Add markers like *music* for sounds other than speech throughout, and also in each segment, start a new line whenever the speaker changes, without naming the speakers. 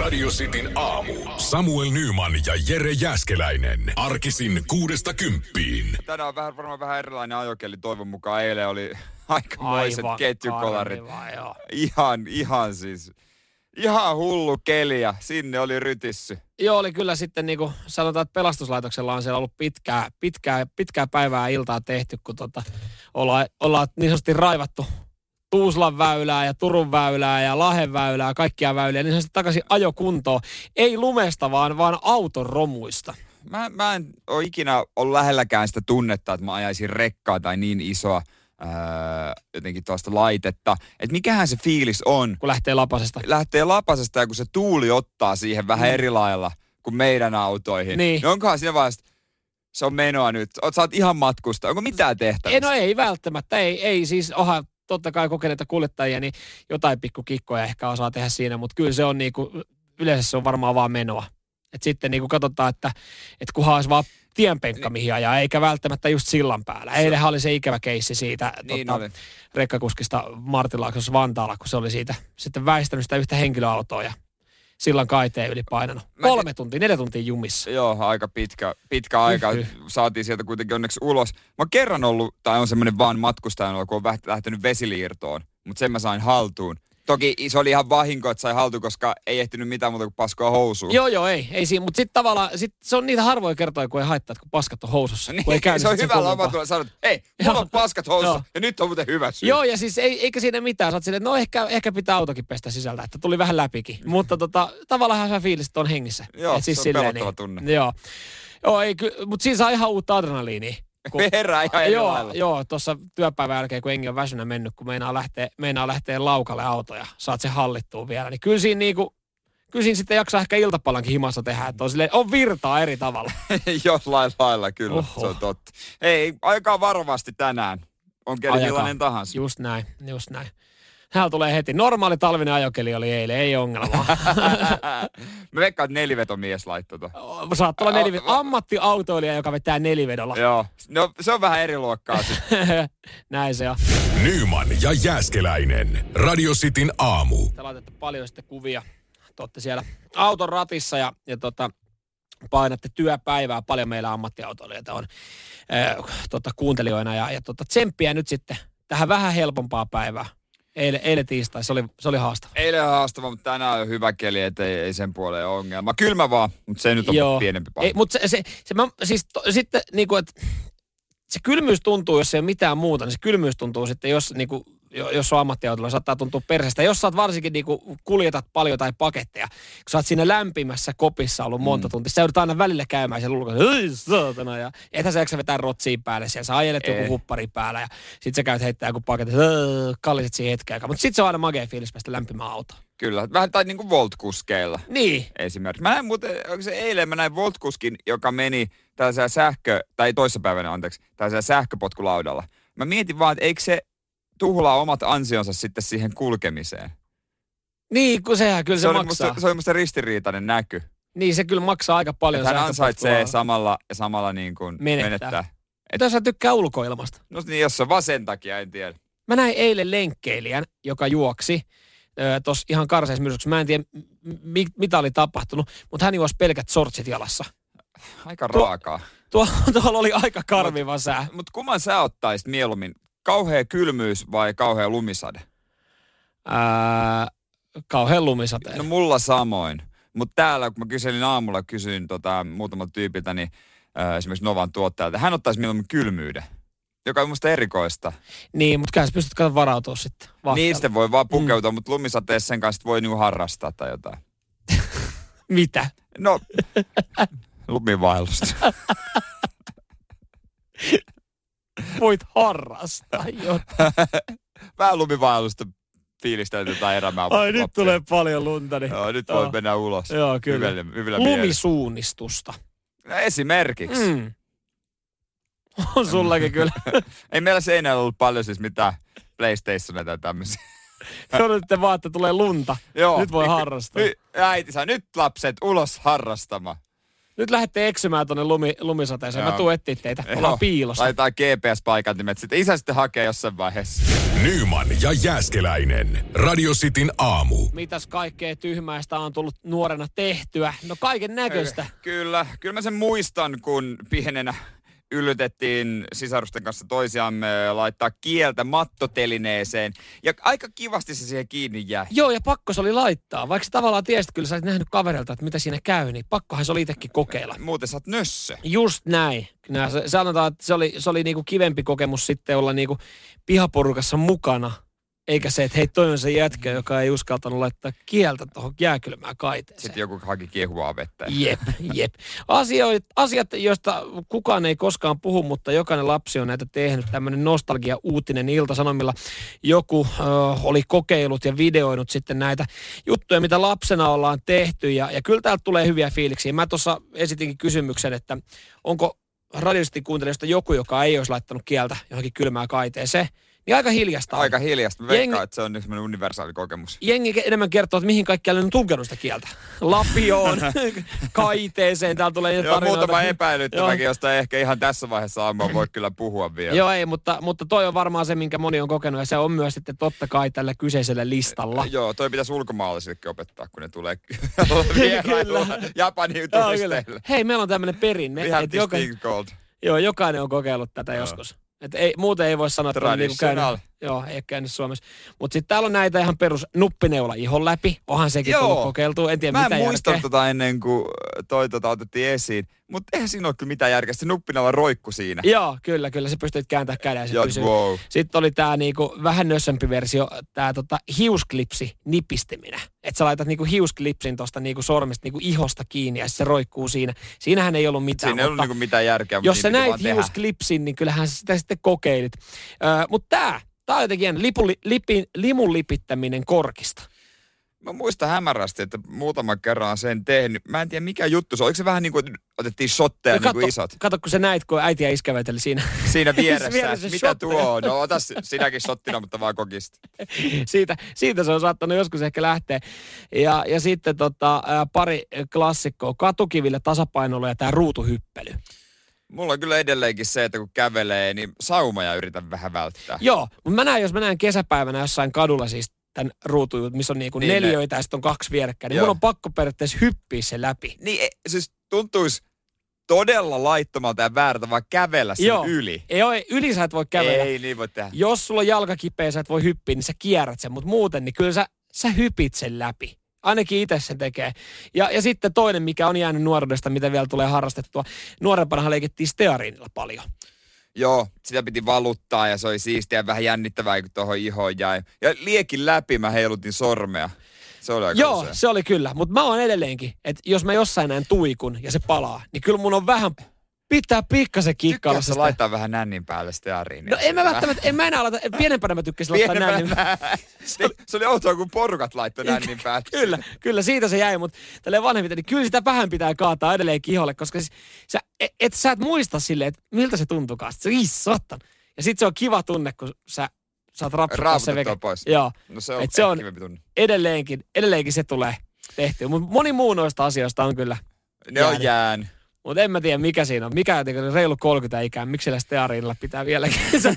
Radio Cityn aamu. Samuel Nyman ja Jere Jäskeläinen. Arkisin kuudesta kymppiin.
Tänään on vähän, varmaan vähän erilainen ajokeli. Toivon mukaan eilen oli *laughs* aikamoiset
Aivan
ketjukolarit.
karmiva, joo.
Ihan, ihan siis, ihan hullu keliä. Sinne oli rytissy.
Joo, oli kyllä sitten niin kuin sanotaan, että pelastuslaitoksella on siellä ollut pitkää, pitkää, pitkää päivää ja iltaa tehty, kun tota, ollaan, ollaan niin sanotusti raivattu Tuuslan väylää ja Turun väylää ja Lahen väylää, kaikkia väyliä, niin sanotusti takaisin ajokuntoon. Ei lumesta, vaan, vaan auton romuista.
Mä, mä en ole ikinä ollut lähelläkään sitä tunnetta, että mä ajaisin rekkaa tai niin isoa öö, jotenkin tuosta laitetta. Että mikähän se fiilis on,
kun lähtee lapasesta.
lähtee lapasesta ja kun se tuuli ottaa siihen vähän eri lailla kuin meidän autoihin.
Mm. Niin.
onkohan siinä vaiheessa, se on menoa nyt. Oot, sä oot ihan matkusta. Onko mitään
Ei,
tehtävissä?
no ei välttämättä, ei, ei siis oha totta kai kokeneita kuljettajia, niin jotain pikkukikkoja ehkä osaa tehdä siinä, mutta kyllä se on niinku, yleensä se on varmaan vaan menoa. Et sitten niinku katsotaan, että et kunhan olisi vaan
Niin.
tienpenkka mihin ajaa, eikä välttämättä just sillan päällä. Eilenhän oli se ikävä keissi siitä
Niin
tota,
oli.
rekkakuskista Martilaaksossa Vantaalla, kun se oli siitä sitten väistänyt sitä yhtä henkilöautoa ja sillan kaiteen yli painanut.
Mä-
Kolme tuntia, neljä tuntia jumissa.
Joo, aika pitkä, pitkä aika.
Hyhy.
Saatiin sieltä kuitenkin onneksi ulos. Mä oon kerran ollut, tai on semmoinen vaan matkustajan ollut, kun on väht- lähtenyt vesiliirtoon. Mutta sen mä sain haltuun. Toki se oli ihan vahinko, että sai haltuun, koska ei ehtinyt mitään muuta kuin paskoa housuun. *laughs*
Joo, joo, ei, ei siinä, mutta sitten tavallaan, sit se on niitä harvoja kertoja, kun ei haittaa, että kun paskat on housussa. kun ei
Niin, se on
sit sen
hyvä
kummempaa.
loma tulla sanoa, että hei, mulla on
Joo.
paskat housussa
Joo.
ja nyt on muuten hyvä syy.
Joo, ja siis ei, eikä siinä mitään. Sä oot silleen, no ehkä, ehkä pitää autokin pestä sisältä, että tuli vähän läpikin. Mutta tota, tavallaan sä fiilis, että on hengissä.
Niin. Joo,
Et siis
se on
silleen
pelottava tunne.
Joo, joo ei, ky, mutta siinä saa ihan uutta adrenaliinia.
*laughs*
kun-
Me herää ihan eri
joo,
lailla.
joo, tuossa työpäivän jälkeen, kun engi on väsynä mennyt, kun meinaa lähteä, meinaa lähteä laukalle auto ja saat se hallittua vielä, niin kyllä siinä niinku, kyllä siinä sitten jaksaa ehkä iltapalankin himassa tehdä, että on, silleen, on virtaa eri tavalla.
*laughs* Jollain lailla kyllä,
Oho.
se on totta. Hei, aikaa varmasti tänään. On keli
Ajakaa.
millainen tahansa. *laughs*
*laughs* Just näin, just näin. Täällä tulee heti. Normaali talvinen ajokeli oli eilen, ei ongelmaa.
Mä veikkaan, että nelivetomies laittoi tota.
Saattaa olla
Au-
nelived... ammattiautoilija, joka vetää nelivedolla. *laughs*
Joo, no se on vähän eri luokkaa Siis sit.
Näin se on.
Nyman ja Jäskeläinen. Radio Cityn aamu.
Te laitatte paljon sitten kuvia. Te olette siellä auton ratissa ja, ja tota, painatte työpäivää. Paljon meillä ammattiautoilijoita on äh, tota, kuuntelijoina. Ja, ja tota, tsemppiä nyt sitten tähän vähän helpompaa päivää. Eilen, eilen tiistai, se oli, se oli haastava.
Eilen oli haastava, mutta tänään on hyvä keli, ettei ei sen puoleen ole ongelma. Kylmä vaan, mutta se nyt on pienempi paikka.
Ei, mutta se, se, se mä, siis to, sitten niinku, että se kylmyys tuntuu, jos ei ole mitään muuta, niin se kylmyys tuntuu sitten, jos niinku, jo- jos on ammattiautolla, saattaa tuntua persestä. Jos sä oot varsinkin niinku, kuljetat paljon tai paketteja, kun sä oot siinä lämpimässä kopissa ollut monta mm. tuntia, sä joudut aina välillä käymään siellä ulkona, hyi saatana, ja ethän sä jaksa vetää rotsiin päälle siellä, sä ajelet
Ei.
joku huppari päällä, ja sit sä käyt heittää joku paketti, kalliset siihen hetken aikaa. Mutta sit se on aina magea fiilis päästä lämpimään autoon.
Kyllä, vähän tai niin kuin Volt-kuskeilla.
Niin,
esimerkiksi. Mä näin muuten, onko se eilen, mä näin Voltkuskin, joka meni tällaisella sähkö, tai toissapäivänä anteeksi, tällaisella sähköpotkulaudalla. Mä mietin vaan, että eikö se tuhlaa omat ansionsa sitten siihen kulkemiseen.
niin kun sehän kyllä se,
oli
maksaa.
musta, se oli musta ristiriitainen näky.
Niin, se kyllä maksaa aika paljon.
Että hän
sähköpotkua.
ansaitsee samalla, samalla niin kuin menettää.
Menettää.
menettää.
Mitä jos sä tykkää ulkoilmasta?
No niin, jos se on vaan sen takia, en tiedä.
Mä näin eilen lenkkeilijän, joka juoksi tuossa ihan karseessa myrskyssä. Mä en tiedä, m- mi- mitä oli tapahtunut, mutta hän juosi pelkät sortsit jalassa.
Aika
Tuo-
raakaa.
Tuo, *laughs* tuolla oli aika karmiva sää.
Mutta kumman sä ottaisit mieluummin? Kauhea kylmyys vai kauhea lumisade?
Ää, kauhean lumisateen.
No
No,
mulla samoin. Mutta täällä, kun mä kyselin aamulla, kysyin tota, muutamalta tyypiltä, niin äh, esimerkiksi Novan tuottajalta, hän ottaisi mieluummin kylmyyden, joka on musta erikoista.
niin, mutta kyllä sä pystyt katsomaan varautua sitten.
Niin
Niistä...
sitten voi vaan pukeutua, mm. mutta lumisateessa sen kanssa sit voi niinku harrastaa tai jotain.
Mitä? *laughs*
No, lumivaellusta. *laughs*
Voit harrastaa jotain.
Vähän lumivaellusta fiilistä jotain erämää.
Ai nyt
loppua.
tulee paljon lunta. Niin...
Joo, nyt voi
Joo.
mennä ulos.
Joo, kyllä.
Hyvillä, hyvillä mielillä.
Lumisuunnistusta.
No, Esimerkiksi. Mm.
Mm. On sullakin kyllä.
Ei meillä seinällä ollut paljon siis mitään PlayStationia tai tämmöisiä.
Te odotitte vaan, että tulee lunta.
Joo.
Nyt voi harrastaa.
Nyt, äiti saa nyt lapset ulos harrastamaan.
nyt lähette eksymään tuonne lumi, lumisateeseen. Mä
Joo.
tuun etsiä teitä. Ollaan piilossa.
Laitetaan GPS-paikat nimet. Sitten isä sitten hakee jossain vaiheessa.
Nyman ja Jääskeläinen. Radio Cityn aamu.
Mitäs kaikkea tyhmäistä on tullut nuorena tehtyä? No kaiken näköistä.
Kyllä, kyllä mä sen muistan, kun pienenä yllytettiin sisarusten kanssa toisiamme laittaa kieltä mattotelineeseen. Ja aika kivasti se siihen kiinni jäi.
Joo, ja pakko se oli laittaa. Vaikka sä tavallaan tiesit kyllä, sä et nähnyt kaverilta, että mitä siinä käy, niin pakkohan se oli itsekin kokeilla.
Muuten sä oot nössö.
Just näin. Nää, se, sanotaan, että se oli, se oli niinku kivempi kokemus sitten olla niinku pihaporukassa mukana, eikä se, että hei, toi on se jätkä, joka ei uskaltanut laittaa kieltä tuohon jääkylmään kaiteeseen.
Sitten joku haki kiehuvaa vettä.
*laughs* Jep, jep. Asioit, asiat, joista kukaan ei koskaan puhu, mutta jokainen lapsi on näitä tehnyt. Tämmöinen nostalgia-uutinen Ilta-Sanomilla. Joku ö, oli kokeillut ja videoinut sitten näitä juttuja, mitä lapsena ollaan tehty. Ja, ja kyllä täältä tulee hyviä fiiliksiä. Mä tuossa esitinkin kysymyksen, että onko radiosti kuuntelijoista joku, joka ei olisi laittanut kieltä johonkin kylmään kaiteeseen. Niin aika hiljasta on.
Aika hiljasta. Mä veikkaan,
Jengi-
että se on nyt semmoinen universaali kokemus.
jengi enemmän kertoo, että mihin kaikkialle on tunkenut sitä kieltä.
*laughs*
Lapioon, kaiteeseen, täällä tulee niitä
Joo,
tarinoita.
muutama epäilyttäväkin,
Joo.
josta ehkä ihan tässä vaiheessa aamua
*clears throat*
voi kyllä puhua vielä.
Joo, ei, mutta, mutta toi on varmaan se, minkä moni on kokenut, ja se on myös sitten totta kai tällä kyseisellä listalla.
Joo, toi pitäisi ulkomaalaisillekin opettaa, kun ne tulee *laughs*
Kyllä.
vierailulla Japanin
Joo, kyllä.
turisteille. siis
Hei, meillä on tämmöinen perinne,
We have
että
this
joka,
thing called
joo, jokainen on kokeillut tätä joskus. Et ei, muuten ei voi sanoa, että on niinku käynyt,
traditional.
joo, ei ole käynyt Suomessa. Mutta sitten täällä on näitä ihan perus nuppineula ihon läpi. Onhan sekin
Joo.
tullut kokeiltua. En tiedä,
Mä
mitä
en muista
järkeä.
tota ennen kuin toi tota otettiin esiin, mutta eihän siinä ole kyllä mitään järkeä. Se nuppinalla roikku siinä.
Joo, kyllä, kyllä. Se pystyt kääntämään käden ja se
Joo,
pysyy.
wow.
Sitten oli tämä niinku vähän nössömpi versio, tämä tota hiusklipsi nipistäminen. Että sä laitat niinku hiusklipsin tuosta niinku sormesta niinku ihosta kiinni ja sit se roikkuu siinä. Siinähän ei ollut mitään.
Siinä ei ollut
mutta
niinku mitään järkeä, mut
jos sä
niin piti
näit
vaan tehdä.
hiusklipsin, niin kyllähän sä sitä sitten kokeilit. Öö, Mutta tämä, tämä on jotenkin jännä. Lipu, lipin, limun lipittäminen korkista.
Mä muistan hämärästi, että muutaman kerran sen tehnyt. Mä en tiedä mikä juttu se on. Oliko se vähän niin kuin otettiin shotteja
Ja
niin kuin isot
kato, kun sä näit, kun äiti ja iskä veteli siinä. *laughs*
siinä vieressä?
vieressä
että mitä
shotteja.
tuo on? No ota si- sinäkin shottina, mutta vaan kokista.
siitä, siitä se on saattanut joskus ehkä lähteä. Ja, ja sitten tota, ää, pari klassikkoa, katukiville, tasapainolla ja tämä ruutuhyppely.
Mulla on kyllä edelleenkin se, että kun kävelee, niin saumoja yritän vähän välttää.
Joo, mutta mä näen, jos mä näen kesäpäivänä jossain kadulla siis tämän ruutujut, missä on niinku
Niin, ne-
neljöitä ja sitten on kaksi vierekkäin, niin
Joo.
mun on pakko periaatteessa hyppiä se läpi.
Niin e- siis tuntuisi todella laittomalta ja väärältä vaan kävellä sen
Joo.
yli.
Ei ole, yli sä et voi kävellä.
Ei niin voi tehdä.
Jos sulla on jalka kipeä ja sä et voi hyppiä, niin sä kierrät sen, mutta muuten niin kyllä sä, sä hypit sen läpi. Ainakin itse sen tekee. Ja, ja sitten toinen, mikä on jäänyt nuoruudesta, mitä vielä tulee harrastettua. Nuorempanahan leikittiin stearinilla paljon.
Joo, sitä piti valuttaa ja se oli siistiä ja vähän jännittävää, kun tuohon ihoon jäi. Ja liekin läpi mä heilutin sormea. Se oli aika
Joo,
usein.
se oli kyllä. Mutta mä oon edelleenkin, että jos mä jossain näen tuikun ja se palaa, niin kyllä mun on vähän, pitää pikkasen kikkailla
Tykkäätkö
sitä.
sä laittaa vähän nännin päälle steariinia?
No en mä välttämättä, en mä enää laita, pienempänä mä tykkäsin laittaa
Pienempänä.
näin. niin-
*laughs* Se oli- se oli outoa, kun porukat laittoi nännin päälle.
Kyllä, kyllä siitä se jäi, mutta tälleen vanhemmiten, niin kyllä sitä vähän pitää kaataa edelleen kiholle, koska siis, sä, et, et, sä et muista silleen, että miltä se tuntukaan. Sitten se issottan. Ja sitten se on kiva tunne, kun sä saat rapsuttaa se veke.
Raaputettua pois.
Joo,
No se on,
Et se on-
kivempi tunne.
edelleenkin, edelleenkin se tulee tehtyä. Mutta moni muu noista asioista on kyllä
Ne on
Jäänyt.
jään.
Mutta en mä tiedä, mikä siinä on. Mikä jotenkin reilu 30 ikää, miksi sillä steariinilla pitää vieläkin. *laughs* Se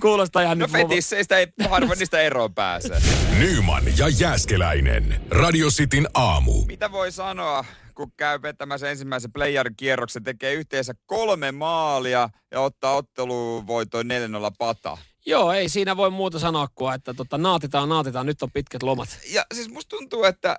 kuulostaa ihan niinku-
No
nyt mun-
fetisseistä ei harvoin niistä eroon pääse.
Nyman ja Jääskeläinen. Radio Cityn aamu.
Mitä voi sanoa, kun käy pettämässä ensimmäisen player-kierroksen, tekee yhteensä kolme maalia ja ottaa otteluvoitoin 4-0 pata.
Joo, ei siinä voi muuta sanoa kuin, että tota, naatitaan, naatitaan, nyt on pitkät lomat.
Ja siis musta tuntuu, että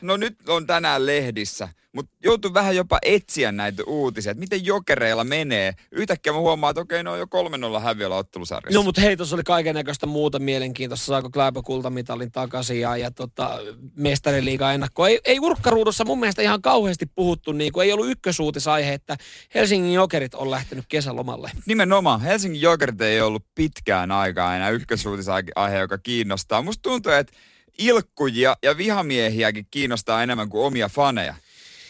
no nyt on tänään lehdissä, mutta joutuu vähän jopa etsiä näitä uutisia, että miten jokereilla menee. Yhtäkkiä mä huomaan, että okei, ne on jo 3-0 häviöllä ottelusarjassa.
No mutta hei, tuossa oli kaiken näköistä muuta mielenkiintoista. Saako Kläipä kultamitalin takaisin ja, ja tota, mestariliigan ennakkoa. Ei, ei urkkaruudussa mun mielestä ihan kauheasti puhuttu, niin kuin ei ollut ykkösuutisaihe, että Helsingin jokerit on lähtenyt kesälomalle.
Nimenomaan. Helsingin Jokerit ei ollut pitkään aikaa enää ykkösuutisaihe, joka kiinnostaa. Musta tuntuu, että ilkkujia ja vihamiehiäkin kiinnostaa enemmän kuin omia faneja.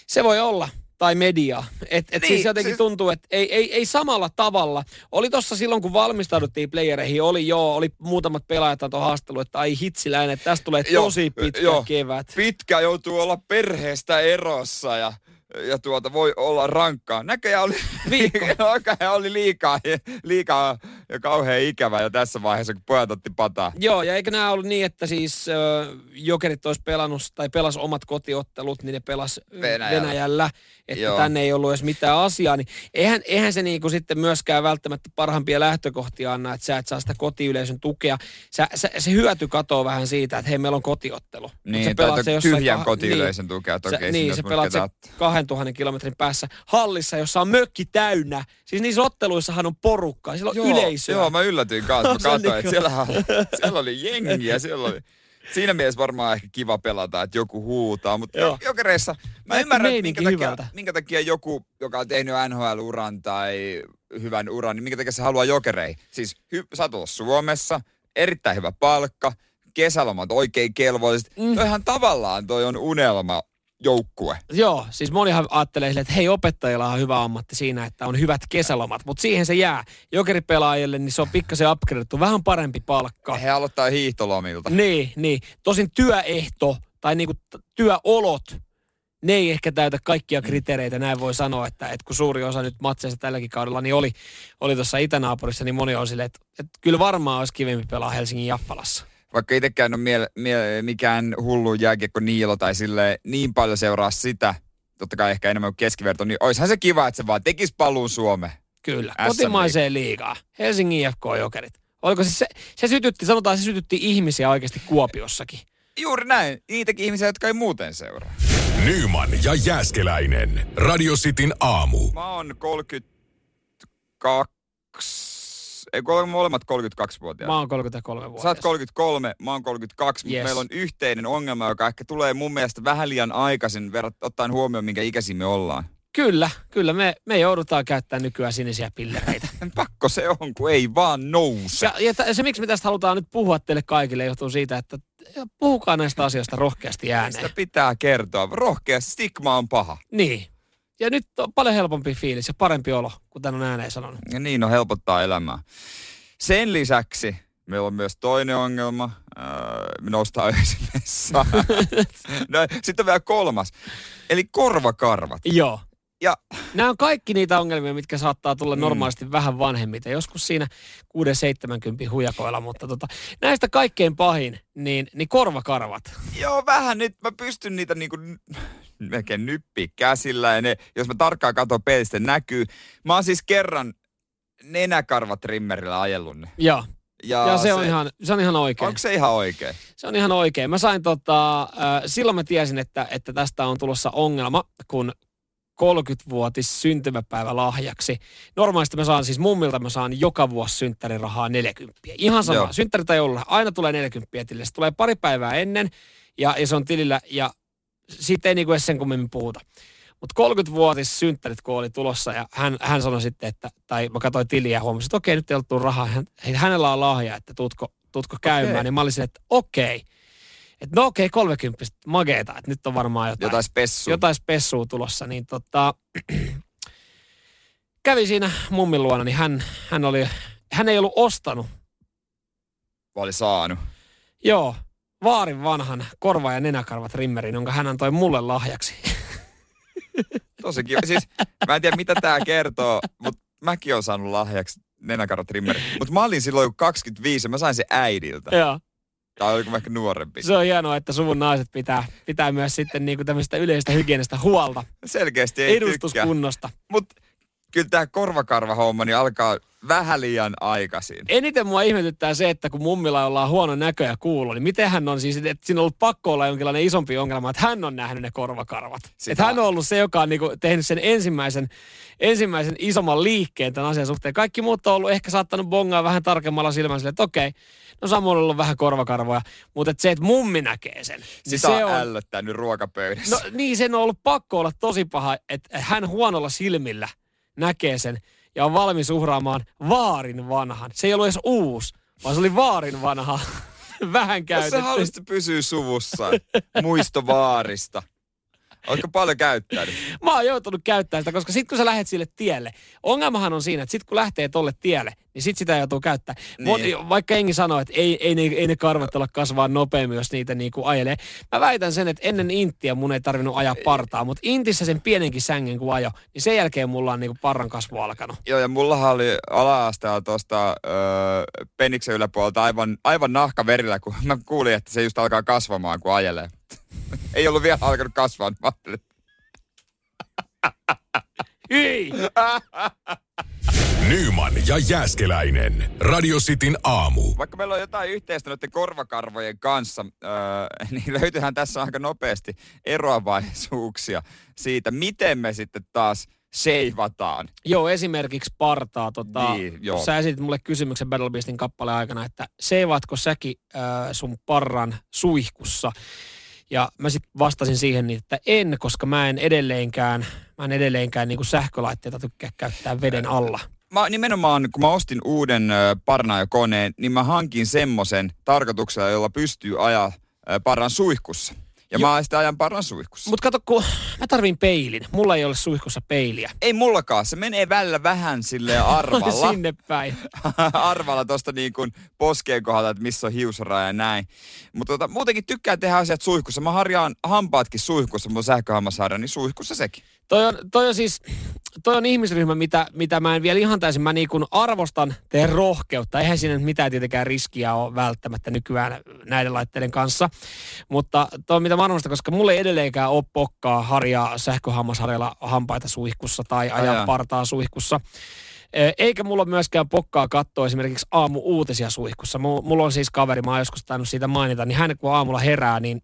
Se voi olla. Tai media. Et, et niin,
Niin,
siis jotenkin siis...
siis-
tuntuu, että ei, ei, ei samalla tavalla. Oli tuossa silloin, kun valmistauduttiin playereihin, oli joo, oli muutamat pelaajat antoi haastattelu, että ai hitsiläinen, että tästä tulee
Joo,
tosi pitkä
joo.
kevät.
Pitkä joutuu olla perheestä erossa ja ja tuota, voi olla rankkaa. Näköjään oli, *laughs* näköjään oli liikaa, liikaa ja kauhean ikävää jo tässä vaiheessa, kun pojat otti pataa.
Joo, ja eikö nämä ollut niin, että siis ö, jokerit olisi pelannut tai pelas omat kotiottelut, niin ne pelas Venäjällä,
Venäjällä.
Venäjällä että
Joo.
tänne ei ollut edes mitään asiaa, niin eihän, eihän se niinku sitten myöskään välttämättä parhaimpia lähtökohtia anna, että sä et saa sitä kotiyleisön tukea. Sä, sä, se hyöty katoo vähän siitä, että hei, meillä on kotiottelu. Mut
Niin, tai to-
jossain
tyhjän
kah-
kotiyleisön tukea, että
Sä,
okei,
niin, sä pelaat se 2000 kilometrin päässä hallissa, jossa on mökki täynnä. Siis niissä otteluissahan on porukkaa, siellä on
Joo,
yleisöä.
Joo, mä yllätyin kanssa, mä
*laughs* Se on
katsoin,
niinku-
että siellä, siellä oli jengiä, siellä oli... Siinä mielessä varmaan ehkä kiva pelata, että joku huutaa, mutta
Joo.
jo, jokereissa mä
Näytti
ymmärrän, että
meininki
minkä takia,
hyvältä.
minkä takia joku, joka on tehnyt NHL-uran tai hyvän uran, niin minkä takia se haluaa jokereihin. Siis hy, saat olla Suomessa, erittäin hyvä palkka, kesälomat oikein kelvolliset. Mm. Toihan tavallaan toi on unelma joukkue.
Joo, siis monihan ajattelee sille, että hei opettajilla on hyvä ammatti siinä, että on hyvät kesälomat, mutta siihen se jää. Jokeripelaajille niin se on pikkasen upgradeattu, vähän parempi palkka.
He aloittaa hiihtolomilta.
Niin, niin. Tosin työehto tai niinku t- työolot, ne ei ehkä täytä kaikkia kriteereitä, näin voi sanoa, että, että kun suuri osa nyt matseista tälläkin kaudella niin oli, oli tuossa itänaapurissa, niin moni on silleen, että, että kyllä varmaan olisi kivempi pelaa Helsingin Jaffalassa.
vaikka itsekään on mie- mie- mikään hullu jääkiekko niilo tai sille niin paljon seuraa sitä, totta kai ehkä enemmän kuin keskiverto, niin oishan se kiva, että se vaan tekisi paluun Suomeen.
Kyllä,
SM-liiga.
kotimaiseen liigaan. Helsingin IFK Jokerit. Oliko siis se, se sytytti, sanotaan se sytytti ihmisiä oikeasti Kuopiossakin.
Juuri näin, niitäkin ihmisiä, jotka ei muuten seuraa.
Nyman ja Jääskeläinen. Radio Cityn aamu.
Mä oon 32, ei kun olemme molemmat 32-vuotiaita.
Mä oon 33 vuotta.
Sä oot 33, mä oon 32, mutta
Yes.
meillä on yhteinen ongelma, joka ehkä tulee mun mielestä vähän liian aikaisin verrat, ottaen huomioon, minkä ikäisiä me ollaan. *laughs*
Kyllä, kyllä. Me, me joudutaan käyttämään nykyään sinisiä
*laughs*
pillereitä.
Pakko se on, kun ei vaan nouse.
Ja, ja tä- se, miksi me tästä halutaan nyt puhua teille kaikille, johtuu siitä, että puhukaa näistä asioista rohkeasti
Sitä
ääneen.
pitää kertoa. Rohkea stigma on paha.
Niin. Ja nyt on paljon helpompi fiilis ja parempi olo, kuten on ääneen sanonut.
Ja niin, no helpottaa elämää. Sen lisäksi meillä on myös toinen ongelma. Öö, me nostaa
*laughs*
yhdessä no, Sitten on vielä kolmas. Eli korvakarvat.
Joo.
Ja
Nämä on kaikki niitä ongelmia, mitkä saattaa tulla
Mm.
normaalisti vähän vanhemmiten. Joskus siinä 6-70 hujakoilla, mutta tota, näistä kaikkein pahin, niin, niin korvakarvat.
joo, vähän nyt mä pystyn niitä niinku n- melkein nyppiä käsillä. Ja ne, jos mä tarkkaan katson peilistä, ne näkyy. Mä oon siis kerran nenäkarvat rimmerillä ajellut ne.
Joo.
Ja,
Ja se, on ihan, se on ihan oikein.
Onko se ihan oikein?
Se on ihan oikein. Mä sain tota, äh, silloin mä tiesin, että, että tästä on tulossa ongelma, kun 30-vuotis syntymäpäivä lahjaksi. Normaalisti mä saan siis mummilta, mä saan joka vuosi synttärirahaa 40. Ihan sama,
Joo.
synttäri tai jouluna, aina tulee 40 tilille. Se tulee pari päivää ennen ja, ja se on tilillä ja siitä ei niinku edes sen kummemmin puhuta. Mutta 30-vuotis synttärit, kun oli tulossa ja hän, hän sanoi sitten, että, tai mä katsoin tiliä ja huomasin, että okei, nyt ei ollut tullut rahaa. Hän, hänellä on lahja, että tuutko, tuutko käymään.
Okei.
Niin mä olin silleen, että okei. Että no okei, 30 mageeta, että nyt on varmaan jotain,
Jotain spessua.
jotain spessua tulossa. Niin tota, *clears throat* kävi siinä mummin luona, niin hän, hän, oli, hän ei ollut ostanut,
Oli saanut.
joo, vaarin vanhan korva- ja nenäkarvat rimmerin, jonka hän antoi mulle lahjaksi.
Tosi kiva. Siis, mä en tiedä mitä tää kertoo, mutta mäkin oon saanut lahjaksi nenäkarvat rimmeri. Mutta mä olin silloin kun 25 ja mä sain sen äidiltä.
*laughs* joo.
Tai oliko mä ehkä nuorempi.
Se on hienoa, että suvun naiset pitää, pitää myös sitten niinku tämmöistä yleistä hygienistä huolta,
Selkeästi ei tykkää.
edustuskunnosta.
Mutta kyllä tää korvakarvahomma niin alkaa vähän liian aikaisin.
Eniten mua ihmetyttää se, että kun mummilla ollaan huono näkö ja kuulo, niin miten hän on siis, että siinä on ollut pakko olla jonkinlainen isompi ongelma, että hän on nähnyt ne korvakarvat.
Sitä-
Että hän on ollut se, joka on niinku tehnyt sen ensimmäisen, ensimmäisen isomman liikkeen tämän asian suhteen. Kaikki muut on ollut ehkä saattanut bongaa vähän tarkemmalla silmällä sille, että okei, no Samuel on ollut vähän korvakarvoja, mutta että se, että mummi näkee sen, niin
Sitä on
se on,
ällöttänyt ruokapöydässä.
No niin, sen on ollut pakko olla tosi paha, että hän huonolla silmillä näkee sen ja on valmis uhraamaan vaarin vanhan. Se ei ollut edes uusi, vaan se oli vaarin vanha. *laughs* Vähän
Jos sä
käytetty.
haluaisit pysyä suvussa, muistovaarista. Oletko paljon käyttänyt?
Mä oon joutunut käyttämään sitä, koska sitten kun sä lähet sille tielle, ongelmahan on siinä, että sitten kun lähtee tolle tielle, niin sit sitä joutuu käyttämään.
Niin.
Niin. Vaikka engi sanoo, että ei, ei, ne, ei ne karvat ala kasvaa nopeammin, jos niitä niinku ajelee. Mä väitän sen, että ennen inttiä mun ei tarvinnut ajaa partaa, mutta intissä sen pienenkin sängen kun ajo, niin sen jälkeen mulla on niinku parran kasvu alkanut.
Joo, ja mullahan oli ala-asteella tuosta öö, peniksen yläpuolelta aivan, aivan nahka verillä, kun mä kuulin, että se just alkaa kasvamaan, kun ajelee. *laughs* Ei ollut vielä alkanut kasvaa, niin mä ajattelin, että
Hyi!
Nyman ja Jääskeläinen. Radio Cityn aamu.
Vaikka meillä on jotain yhteistä noiden korvakarvojen kanssa, öö, *laughs* niin löytyyhän tässä aika nopeasti eroavaisuuksia siitä, miten me sitten taas seivataan.
Joo, esimerkiksi partaa. Tota,
Niin, joo.
Sä esitit mulle kysymyksen Battle Beastin kappaleen aikana, että seivaatko säkin äh, sun parran suihkussa? Ja mä sitten vastasin siihen, niin, että en, koska mä en edelleenkään, mä en edelleenkään niin sähkölaitteita tykkää käyttää veden alla.
mä nimenomaan, kun mä ostin uuden ö, parnaajakoneen, niin mä hankin semmoisen tarkoituksella, jolla pystyy ajaa ö, parran suihkussa. Ja
Joo.
mä sitä ajan parran suihkussa. Mut
Mutta kato, kun mä tarvin peilin. Mulla ei ole suihkussa peiliä.
ei mullakaan, se menee välillä vähän sille arvalla. *laughs*
*laughs* Sinne päin.
arvalla tosta niin kuin poskeen kohdalta, että missä on hiusraja ja näin. Mutta tota, muutenkin tykkää tehdä asiat suihkussa. Mä harjaan hampaatkin suihkussa, mun sähköhammasharja, niin suihkussa sekin.
Toi on, toi on siis, toi on ihmisryhmä, mitä, mitä mä en vielä ihan täysin, mä niin kuin arvostan teidän rohkeutta. Eihän siinä nyt mitään tietenkään riskiä ole välttämättä nykyään näiden laitteiden kanssa. Mutta toi on mitä mä arvostan, koska mulle ei edelleenkään ole pokkaa harjaa sähköhammasharjalla hampaita suihkussa tai
Ajaa.
ajaa partaa suihkussa. Ö, Eikä mulla myöskään pokkaa katsoa esimerkiksi aamu uutisia suihkussa. Mu- Mulla on siis kaveri, mä oon joskus tainnut siitä mainita, niin hän kun aamulla herää, niin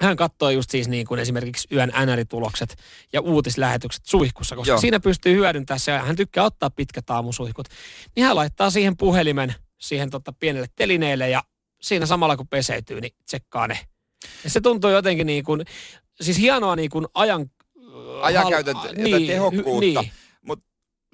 hän katsoo just siis niin kuin esimerkiksi yön NR-tulokset ja uutislähetykset suihkussa, koska
Joo.
Joo. siinä pystyy hyödyntämään se, ja hän tykkää ottaa pitkät aamusuihkut, niin hän laittaa siihen puhelimen, siihen tota pienelle telineelle ja siinä samalla kun peseytyy, niin tsekkaa ne. Ja se tuntuu jotenkin niin kuin, siis hienoa niin kuin ajan...
Ajankäytön
hal-
ja
niin,
tehokkuutta.
Niin,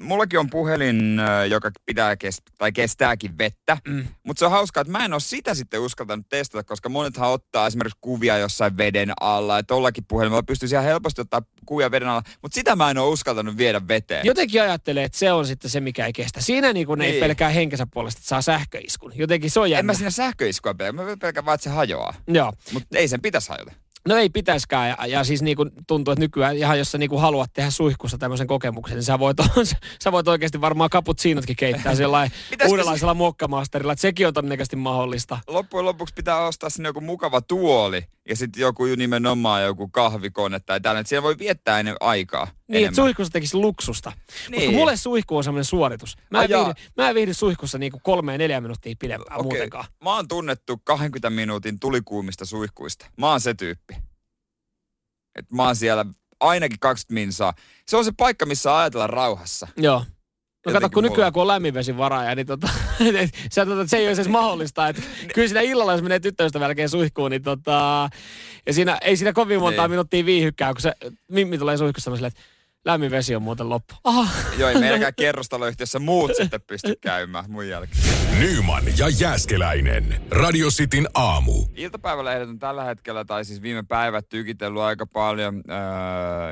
Mullakin on puhelin, ö, joka pitää kest- tai kestääkin vettä.
mm.
Mutta se on hauskaa, että mä en ole sitä sitten uskaltanut testata, koska monethan ottaa esimerkiksi kuvia jossain veden alla. Ja tollakin puhelimella pystyisi ihan helposti ottaa kuvia veden alla. Mutta sitä mä en ole uskaltanut viedä veteen.
Jotenkin ajattelee, että se on sitten se, mikä ei kestä. Siinä niin kuin
Niin.
ei pelkää henkensä puolesta, että saa sähköiskun. Jotenkin se on jännä.
en mä siinä sähköiskua pelkää. Mä pelkään vaan, että se hajoaa.
Joo.
Mutta ei sen pitäisi hajota.
No ei pitäiskään, ja, ja siis niin kuin tuntuu, että nykyään ihan jos sä niin kuin haluat tehdä suihkussa tämmöisen kokemuksen, niin sä voit, *laughs* sä voit oikeasti varmaan cappuccinotkin keittää sellainen
*laughs* Pitäisikö
uudenlaisella muokkamasterilla, että sekin on todennäköisesti mahdollista. Niin,
Loppujen lopuksi pitää ostaa sinne joku mukava tuoli ja sitten joku nimenomaan joku kahvikone tai tällainen. Siellä voi viettää ennen aikaa
Niin, että
enemmän.
suihkussa tekisi luksusta. Mutta
Niin.
kun mulle suihku on semmoinen suoritus. Mä
Ai
en,
jaa.
viihdy, mä en viihdy suihkussa niinku kolmeen neljään minuuttia pidempään
Okei.
okay. muutenkaan.
Mä oon tunnettu 20 minuutin tulikuumista suihkuista. Mä oon se tyyppi. Et mä oon siellä ainakin 20 minsaa. Se on se paikka, missä ajatella rauhassa.
Joo. No kato,
Jotenkin
kun
mulla-
nykyään kun on lämminvesin varaaja, niin tota, *laughs* et sä tota, se ei ole edes mahdollista. Et, kyllä siinä illalla, jos menee tyttöystä melkein suihkuun, niin tota, ja siinä, ei siinä kovin montaa
Niin.
niin. minuuttia viihykkää, kun se mimmi tulee suihkussa sellaiselle, että lämmin vesi on muuten loppu. Aha.
Joo, ei meilläkään kerrostaloyhtiössä muut sitten pysty käymään mun jälkeen.
Nyman ja Jääskeläinen. Radio Cityn aamu.
Iltapäivälehdet on tällä hetkellä, tai siis viime päivät tykitellyt aika paljon öö,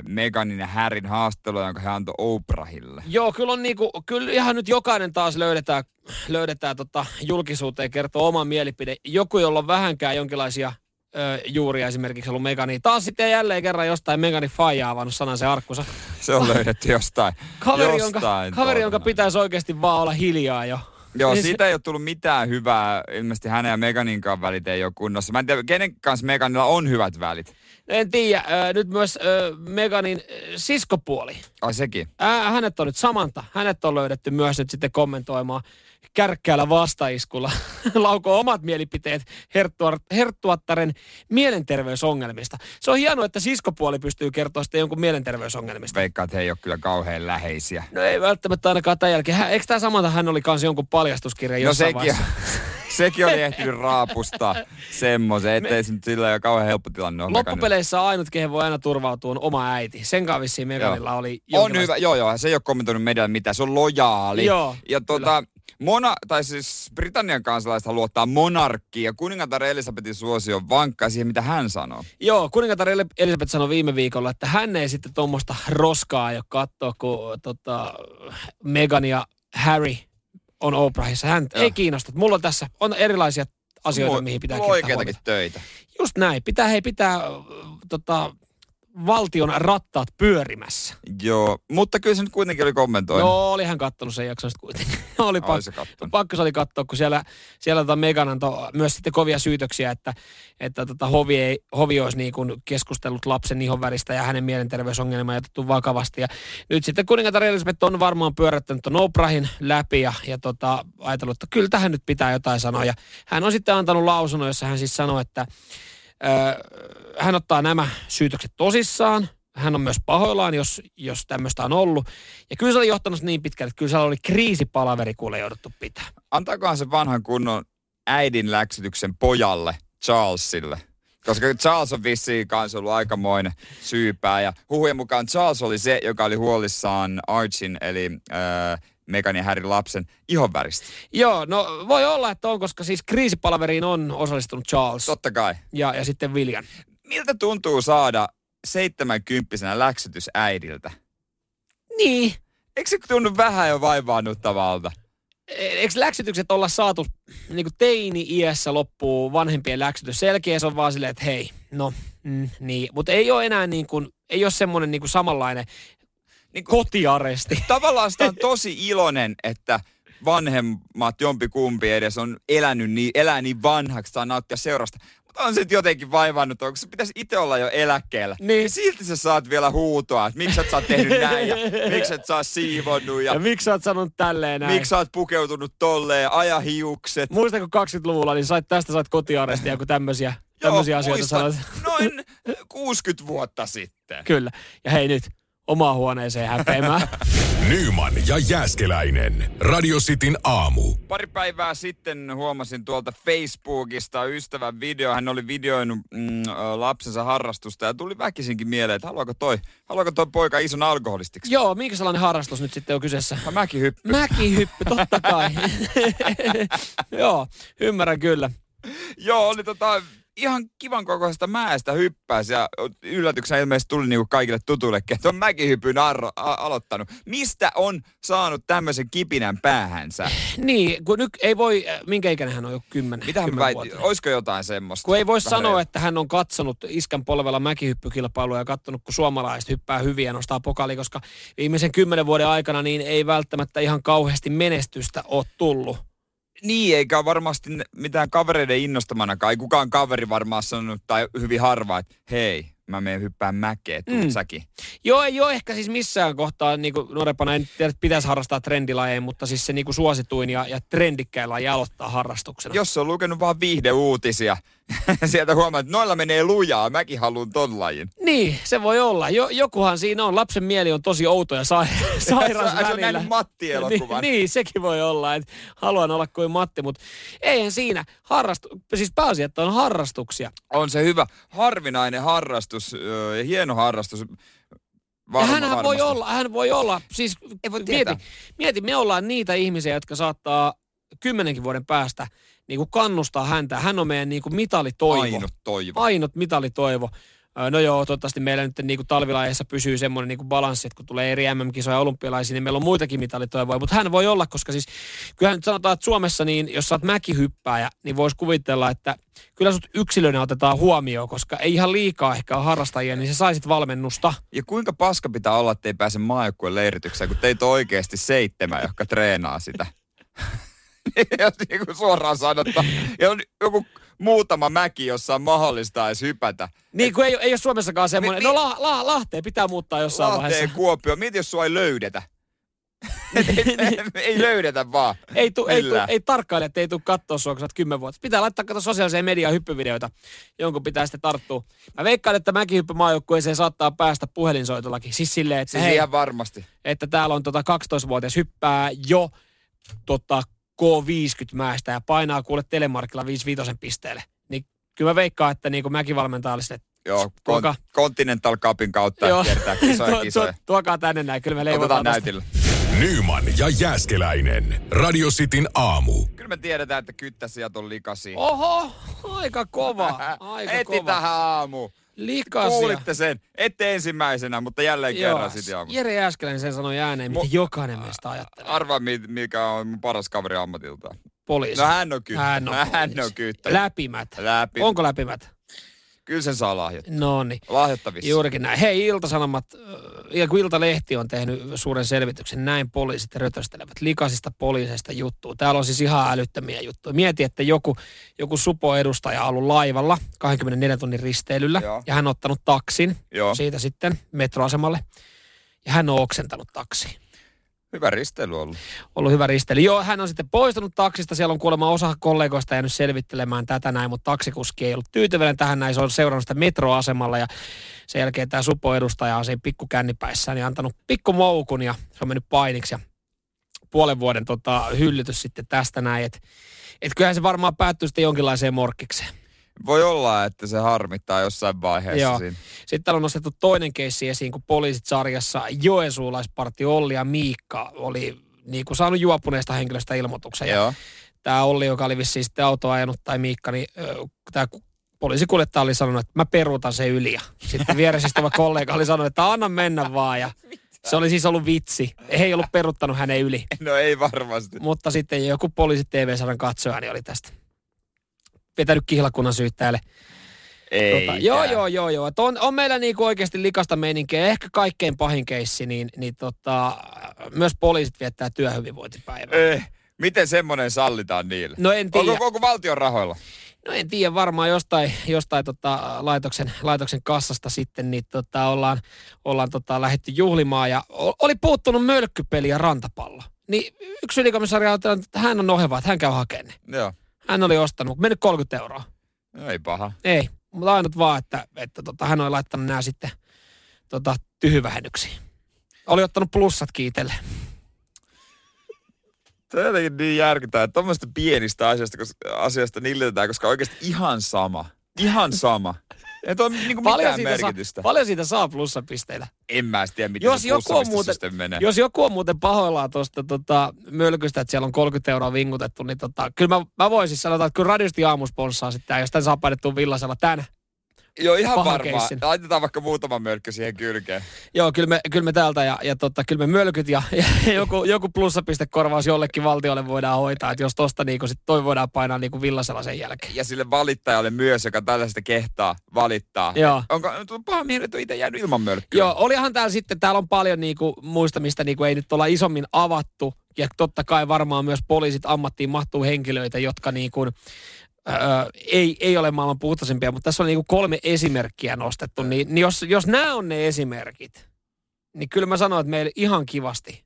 Meganin ja Härin haastattelua, jonka he antoi Oprahille.
Joo, kyllä on niinku, kyllä ihan nyt jokainen taas löydetään, löydetään tota julkisuuteen kertoo oma mielipide. Joku, jolla on vähänkään jonkinlaisia ö, juuria esimerkiksi ollut Megani. Taas sitten jälleen kerran jostain Megani faijaa avannut sanan se arkkunsa.
Se on löydetty jostain.
Kaveri, jonka,
jostain
kaveri jonka
tuolta.
pitäisi oikeasti vaan olla hiljaa jo.
Joo,
Siis-
siitä ei ole tullut mitään hyvää. Ilmeisesti hänen ja Meganinkaan välit ei ole kunnossa. Mä en tiedä, kenen kanssa Meganilla on hyvät välit.
En tiedä, ö, nyt myös ö, Meganin ö, siskopuoli.
Ai sekin.
Ää, hänet on nyt Samanta. Hänet on löydetty myös nyt sitten kommentoimaan kärkkäällä vastaiskulla. *laughs* Lauko omat mielipiteet Herttuar- Herttuattaren mielenterveysongelmista. Se on hienoa, että siskopuoli pystyy kertoa sitten jonkun mielenterveysongelmista.
Veikkaan, että he ei ole kyllä kauhean läheisiä.
No ei välttämättä ainakaan tämän jälkeen. Hän, eikö tämä Samanta hän oli kanssa jonkun paljastuskirjan
No
jossain
sekin,
vaiheessa?
*laughs* sekin on ehtinyt raapustaa semmoisen, ettei se nyt sillä ole kauhean helppo tilanne ole Meganilla.
Loppupeleissä ainut, kehen voi aina turvautua, on oma äiti. Sen kanssa vissiin Meganilla oli
On
jonkinlaista-
hyvä, joo joo, se ei ole kommentoinut medialle mitään, se on lojaali.
Joo,
ja tota, Mona, tai siis Britannian kansalaiset luottaa monarkkiin ja kuningatar Elisabetin suosio on vankka siihen, mitä hän sanoo.
Joo, kuningatar Ele- Elisabeth sanoi viime viikolla, että hän ei sitten tuommoista roskaa aio katsoa, kun tota, Meghan ja Harry on Oprahissa. Hän
Joo.
ei kiinnosta. Mulla on tässä on erilaisia asioita,
Mulla-
mihin pitää
mulla on
kiinnittää
oikeitakin
huomiota.
töitä.
Just näin. Pitää hei pitää äh, tota, valtion rattaat pyörimässä.
Joo, mutta kyllä se nyt kuitenkin oli kommentoinut.
No, oli hän kattonut sen jakson sitten kuitenkin. *laughs* oli pakko.
Ai se kattonut.
Pakko se oli katsoa, kun siellä, siellä tota Megan antoi myös sitten kovia syytöksiä, että, että tota hovi, ei, hovi olisi niin kuin keskustellut lapsen ihon väristä ja hänen mielenterveysongelmaa ei otettu vakavasti. Ja nyt sitten kuningatar Elisabeth on varmaan pyörättänyt ton Oprahin läpi ja, ja tota, ajatellut, että kyllä tähän nyt pitää jotain sanoa. Ja hän on sitten antanut lausunnon, jossa hän siis sanoi, että ö, hän ottaa nämä syytökset tosissaan. Hän on myös pahoillaan, jos, jos tämmöistä on ollut. Ja kyllä se oli johtanut niin pitkälle, että kyllä siellä oli kriisipalaveri kuule jouduttu pitää.
Antaakohan se vanhan kunnon äidin läksytyksen pojalle, Charlesille. Koska Charles on vissiin kanssa ollut aikamoinen syypää. Ja huhujen mukaan Charles oli se, joka oli huolissaan Archin, eli äh, Megan ja Harryn lapsen ihonväristä.
Joo, no voi olla, että on, koska siis kriisipalaveriin on osallistunut Charles
Totta kai.
ja, ja sitten William.
Miltä tuntuu saada seitsemänkymppisenä läksytys äidiltä?
Niin.
Eikö se tunnu vähän jo vaivaannuttavalta?
Eikö E, läksytykset olla saatu niin kuin teini-iässä loppuu vanhempien läksytys? Selkeä se on vaan silleen, että hei, no mm, niin. Mutta ei ole enää niin kuin, ei ole semmoinen niin kuin samanlainen niin
Niinku- *laughs*
kuin, kotiaresti.
Tavallaan sitä on tosi iloinen, että vanhemmat jompikumpi edes on elänyt niin, elää niin vanhaksi, saa nauttia seurasta. Mutta on se nyt jotenkin vaivannut, kun se pitäisi itse olla jo eläkkeellä.
Niin.
Ja silti sä saat vielä huutoa, että miksi et sä oot tehnyt näin
*laughs*
ja miksi et sä oot siivonnut ja,
Ja miksi sä oot sanonut tälleen näin?
miksi sä oot pukeutunut tolleen, aja hiukset.
Muistan, kun 20-luvulla, niin sait, tästä sait kotiarestia, kun tämmöisiä,
Joo,
tämmöisiä asioita
muistan,
sanoit.
Noin 60 vuotta sitten.
Kyllä. Ja hei nyt, omaa huoneeseen häpeämään.
*laughs*
Nyman ja Jääskeläinen. Radio Cityn aamu.
Pari päivää sitten huomasin tuolta Facebookista ystävän video. Hän oli videoinut mm, ö, lapsensa harrastusta ja tuli väkisinkin mieleen, että haluaako toi, haluaako toi poika ison alkoholistiksi?
Joo, minkä sellainen harrastus nyt sitten on kyseessä?
Ja mäkin hyppy.
Mäkihyppy, totta kai. Joo, ymmärrän kyllä.
Joo, oli tota ihan kivan kokoisesta mäestä hyppäsi ja yllätyksenä ilmeisesti tuli niinku kaikille tutuillekin, että on mäkihypyn arro, a, aloittanut. Mistä on saanut tämmöisen kipinän päähänsä?
Niin, kun nyt ei voi, äh, minkä ikäinen hän on jo kymmenen.
Mitä hän väit,
kymmenenvuotias.
olisiko jotain semmoista?
Kun ei voi
Vähän
sanoa, että hän on katsonut iskän polvella mäkihyppykilpailua ja katsonut, kun suomalaiset hyppää hyviä ja nostaa pokaali, koska viimeisen kymmenen vuoden aikana niin ei välttämättä ihan kauheasti menestystä ole tullut.
Niin, eikä ole varmasti ne- mitään kavereiden innostamanakaan. Ei kukaan kaveri varmaan sanonut, tai hyvin harva, että hei, mä menen hyppään mäkeen, tuut
Mm.
mm. säkin.
Joo, ei ole ehkä siis missään kohtaa, niin kuin nuorempana en tiedä, että pitäisi harrastaa trendilajeja, mutta siis se niin kuin suosituin ja, ja trendikkäillä laji aloittaa harrastuksena.
Jos on lukenut vaan viihdeuutisia, *laughs* sieltä huomaa, että noilla menee lujaa, mäkin haluan ton lajin.
Niin, se voi olla. Jo, jokuhan siinä on. Lapsen mieli on tosi outo ja sa- *laughs* sairas
*laughs* Se on- se on
välillä.
nähnyt Matti-elokuvan.
Niin, niin, sekin voi olla, että haluan olla kuin Matti, mutta eihän siinä. Harrastu- siis pääasia, että on harrastuksia.
On se hyvä, harvinainen harrastus öö, ja hieno harrastus.
Ja
Varma,
hänhän voi
varmasti.
olla, hän voi olla, siis Ei voi mieti,
tietää.
mieti, me ollaan niitä ihmisiä, jotka saattaa kymmenenkin vuoden päästä niin kuin kannustaa häntä. Hän on meidän niin kuin mitalitoivo.
Ainut toivo.
ainut mitalitoivo. Öö, No joo, toivottavasti meillä nyt niin talvilaiheessa pysyy semmoinen niin balanssi, että kun tulee eri MM-kisoja ja olympialaisia, niin meillä on muitakin mitalitoivoja, mutta hän voi olla, koska siis kyllähän nyt sanotaan, että Suomessa niin, jos sä oot mäkihyppääjä, niin voisi kuvitella, että kyllä sut yksilönä otetaan huomioon, koska ei ihan liikaa ehkä ole harrastajia, niin sä saisit valmennusta.
Ja kuinka paska pitää olla, ettei pääse maajoukkueen leiritykseen, kun teitä on oikeasti seitsemän, jotka treenaa sitä. *laughs* Jos niin kuin suoraan sanottuna, ja on joku muutama mäki, jossa on mahdollista edes hypätä.
Niin kuin ei, ei ole Suomessakaan semmoinen.
Mi- mi-
No la, la, Lahteen pitää muuttaa jossain
Lahteen
vaiheessa. Niin,
Kuopio, mieti jos sua ei
*laughs*
löydetä. Et ei, *laughs* ei löydetä vaan.
Ei, tu, ei, tu,
millään.
ei tarkkaile, että ei tule katsoa sua, kun sä oot 10 vuotta. Pitää laittaa kato sosiaaliseen mediaan hyppyvideoita. Jonkun pitää sitten tarttua. Mä veikkaan, että mäkin hyppymaajoukkueeseen saattaa päästä puhelinsoitollakin. Siis silleen, että,
Siis
siis hei,
ihan varmasti.
että täällä on tota 12-vuotias hyppää jo tota K50 mäestä ja painaa kuule telemarkilla 55 pisteelle. Niin kyllä mä veikkaan, että niin kuin mäkin valmentaa oli sille,
Joo,
Kuinka?
kon- Continental Cupin kautta
Joo.
kiertää
tuo-
kisoja
*laughs* tuo-
kisoja.
tuokaa tänne näin, kyllä me leivotaan
Otetaan
tästä.
näytillä.
Nyman ja Jääskeläinen. Radio Cityn aamu.
Kyllä me tiedetään, että kyttäsijat on likasi.
Oho, aika
*laughs*
kova. Aika
Heti
kova.
tähän aamu.
Likasia.
Kuulitte sen. Ette ensimmäisenä, mutta jälleen kerran sitten aamu.
Jere Jääskeläinen sen sanoi ääneen,
Mu- Ah,
mitä jokainen meistä ajattelee.
Arvaa, mi- mikä on mun paras kaveri ammatiltaan.
Poliisi.
No hän on kyttä.
Hän on,
hän
poliisi.
on kyttä.
Läpimät.
Läpi.
Onko läpimät?
Kyllä sen saa lahjoittaa.
No niin.
Lahjoittavissa.
Juurikin näin. Hei, Ilta-Sanomat, äh, ja kun Iltalehti on tehnyt suuren selvityksen, näin poliisit rötöstelevät likaisista poliiseista juttua. Täällä on siis ihan älyttömiä juttuja. Mieti, että joku, joku supo-edustaja on ollut laivalla 24 tunnin risteilyllä,
Joo.
ja hän on ottanut taksin
Joo.
siitä sitten metroasemalle, ja hän on oksentanut taksiin
Hyvä risteily ollut.
ollut hyvä ristely. Joo, hän on sitten poistunut taksista. Siellä on kuulemma osa kollegoista jäänyt selvittelemään tätä näin, mutta taksikuski ei ollut tyytyväinen tähän näin. Se on seurannut sitä metroasemalla ja sen jälkeen tämä supoedustaja on siinä pikkukännipäissään ja antanut pikkumoukun ja se on mennyt painiksi. Ja puolen vuoden tota, hyllytys sitten tästä näin. Et, et kyllähän se varmaan päättyy sitten jonkinlaiseen morkkikseen.
Voi olla, että se harmittaa jossain vaiheessa
Joo.
siinä.
Sitten täällä on nostettu toinen keissi esiin, kun poliisit sarjassa Joensuulaisparti Olli ja Miikka oli niin kuin saanut juopuneesta henkilöstä ilmoituksen. Ja
Joo. *laughs*
tämä Olli, joka oli vissiin sitten autoa ajanut, tai Miikka, niin tämä poliisikuljettaja oli sanonut, että mä peruutan se yli. Ja sitten vieressä istuva kollega oli sanonut, että anna mennä vaan. Ja se oli siis ollut vitsi. He ei ollut peruttanut hänen yli.
No ei varmasti.
Mutta sitten joku poliisi TV-sarjan katsoja niin oli tästä vetänyt kihlakunnan syyttäjälle.
Ei.
Tota, joo, joo, joo, joo. Et on, on meillä niinku oikeasti likasta meininkiä. Ehkä kaikkein pahin keissi, niin, niin tota, myös poliisit viettää työhyvinvointipäivää.
Eh, miten semmoinen sallitaan niille?
No en tiedä.
Onko, onko valtion rahoilla?
No en tiedä, varmaan jostain, jostain tota, laitoksen, laitoksen kassasta sitten niin tota, ollaan, ollaan tota, lähetty juhlimaan ja o- oli puuttunut mölkkypeli ja rantapallo. Niin yksi ylikomissaari ajatellut, että hän on oheva, että hän käy hakemaan ne.
Joo.
Hän oli ostanut, mennyt 30 euroa.
No ei paha.
Ei, mutta ainut vaan, että, että tota, hän oli laittanut nämä sitten tota, tyhyvähennyksiin. Oli ottanut plussat kiitelle.
Tämä on jotenkin niin järkyttävää, että tuommoista pienistä asioista, koska, asioista nillitetään, koska oikeasti ihan sama. Ihan sama. Ei tuo niinku
Paljon
mitään
siitä, saa,
merkitystä.
paljon siitä saa plussapisteitä?
en mä edes tiedä, miten
Jos
se
joku on
plussamista
muuten-
sitten menee.
*laughs* Jos joku on muuten pahoillaan tuosta tota, mölkystä, että siellä on 30 euroa vingutettu, niin tota, kyllä mä, mä voisin sanoa, että kyllä radiosti aamu sponssaa sitten, tää, jos tän saa painettua villasella tän.
Joo, ihan
pahan
varmaan.
keissin.
Laitetaan vaikka muutama mölkkö siihen kylkeen.
Joo, kyllä me, kyllä me täältä ja, ja tota, kyllä me mölkyt ja, ja *laughs* joku, joku plussapistekorvaus jollekin valtiolle voidaan hoitaa, että jos tosta niinku sit toi voidaan painaa niinku villasella sen jälkeen.
Ja sille valittajalle myös, joka tällaista kehtaa valittaa.
Joo.
Onko no, tuo paha mieli, että on itse jäänyt ilman mölkkyä?
Joo, olihan täällä sitten, täällä on paljon niinku muista, mistä niinku ei nyt olla isommin avattu. Ja totta kai varmaan myös poliisit ammattiin mahtuu henkilöitä, jotka niinku, öö, ei, ei ole maailman puhtaisimpia, mutta tässä on niinku kolme esimerkkiä nostettu. Niin, niin jos, jos nämä on ne esimerkit, niin kyllä mä sanoin, että meillä ihan kivasti.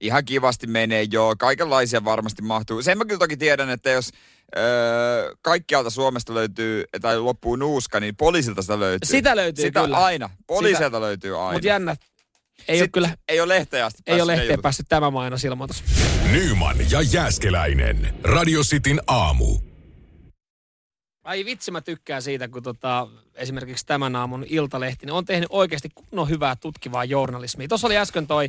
Ihan kivasti menee, joo. Kaikenlaisia varmasti mahtuu. Sen mä kyllä toki tiedän, että jos öö, kaikkialta Suomesta löytyy, tai loppuu nuuska, niin poliisilta sitä löytyy.
Sitä löytyy
sitä
kyllä.
aina. Poliisilta löytyy aina.
Mutta jännä, ei ole
Sitten
kyllä,
Ei ole lehteen asti
ei ole
päässyt ne
lehteen
jutut.
päässyt tämä mainosilmoitus.
Nyman ja Jääskeläinen. Radio Cityn aamu.
Ai vitsi, mä tykkään siitä, kun tota, esimerkiksi tämän aamun Iltalehti niin on tehnyt oikeasti kunnon hyvää tutkivaa journalismia. Tuossa oli äsken toi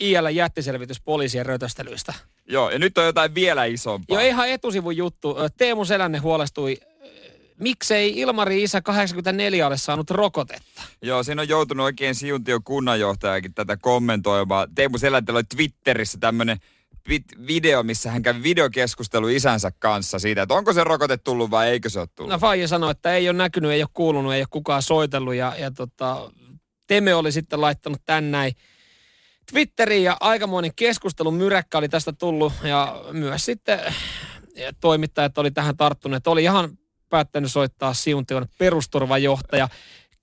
IL jättiselvitys poliisien rötöstelyistä.
Joo, ja nyt on jotain vielä isompaa.
Jo ihan etusivun juttu. Ö, Teemu Selänne huolestui, ö, miksei Ilmari Isä 84 ole saanut rokotetta.
Joo, siinä on joutunut oikein Siuntion kunnanjohtajakin tätä kommentoimaan. Teemu Selänteellä oli Twitterissä tämmöinen video, missä hän kävi videokeskustelu isänsä kanssa siitä, että onko se rokote tullut vai eikö se ole tullut.
No Faija sanoi, että ei ole näkynyt, ei ole kuulunut, ei ole kukaan soitellut ja, ja tota, Teme oli sitten laittanut tän näin Twitteriin ja aikamoinen keskustelu myräkkä oli tästä tullut ja myös sitten ja toimittajat oli tähän tarttuneet. Oli ihan päättänyt soittaa Siuntion perusturvajohtaja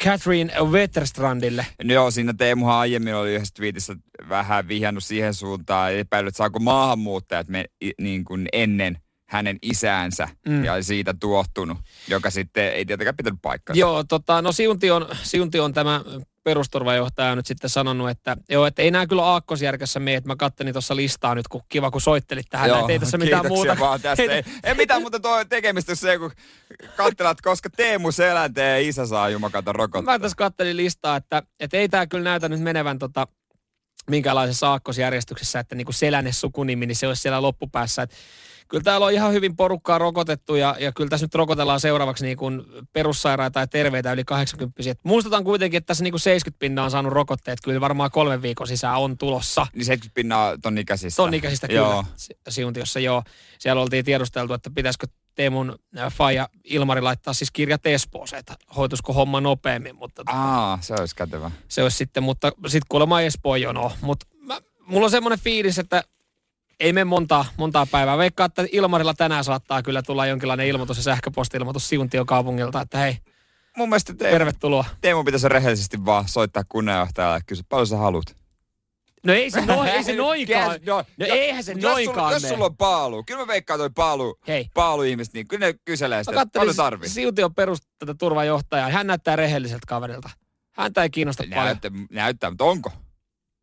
Catherine Wetterstrandille.
No joo, siinä Teemuhan aiemmin oli yhdessä twiitissä vähän vihjannut siihen suuntaan ja epäillyt, että saako maahanmuuttajat me, i, niin kuin ennen hänen isäänsä
Mm.
mm. ja oli siitä tuohtunut, joka sitten ei tietenkään pitänyt paikkaansa.
Joo, tota, no Siuntion, Siuntion tämä perusturvajohtaja on nyt sitten sanonut, että joo, että ei nämä kyllä aakkosjärkessä mene, että mä kattelin tuossa listaa nyt, kun kiva kun soittelit tähän, Joo, ei tässä mitään
kiitoksia
muuta.
Vaan tästä. Ei, ei mitään muuta tuo tekemistä jos se, kun katselat, koska Teemu Selänteen ja isä saa jumakata rokottaa.
Mä tässä kattelin listaa, että, että ei tämä kyllä näytä nyt menevän tota, minkälaisessa aakkosjärjestyksessä, että niinku selänne sukunimi, niin se olisi siellä loppupäässä. Et kyllä täällä on ihan hyvin porukkaa rokotettu ja, ja kyllä tässä nyt rokotellaan seuraavaksi niin kuin perussairaita ja terveitä yli 80 Et Muistetaan kuitenkin, että tässä niin kuin 70 pinnaa on saanut rokotteet. Kyllä varmaan kolmen viikon sisään on tulossa.
Niin 70 pinnaa ton ikäisistä.
Ton ikäisistä kyllä,
Joo.
Si- Siuntiossa joo. Siellä oltiin tiedusteltu, että pitäisikö Teemun äh, faija Ilmari laittaa siis kirjat Espooseen, että hoitusko homma nopeammin, mutta
Aa, se olisi kätevä.
se olisi sitten, mutta sitten kuulemma Espoon jono. Mutta mä- mulla on semmoinen fiilis, että ei mene montaa, montaa päivää. Veikkaa, että Ilmarilla tänään saattaa kyllä tulla jonkinlainen ilmoitus ja sähköposti-ilmoitus Siuntion kaupungilta, että hei,
Mun mielestä te,
tervetuloa.
Teemu pitäisi rehellisesti vaan soittaa kunnanjohtajalle ja kysyä, paljon sä haluat.
No
*laughs*
ei se, no, ei se noinkaan.
Joo,
No
joo.
eihän se
Mut jos sulla,
noinkaan
Jos
mene.
sulla on paalu, kyllä mä veikkaan toi paalu,
Hei.
paalu ihmiset, niin kyllä ne kyselee sitä,
Mä
että paljon
No kattelin
tarvii.
Siution perus tätä turvajohtajaa. Hän näyttää rehelliseltä kaverilta. Häntä ei kiinnosta paljon.
Näyttää, näyttää, mutta onko?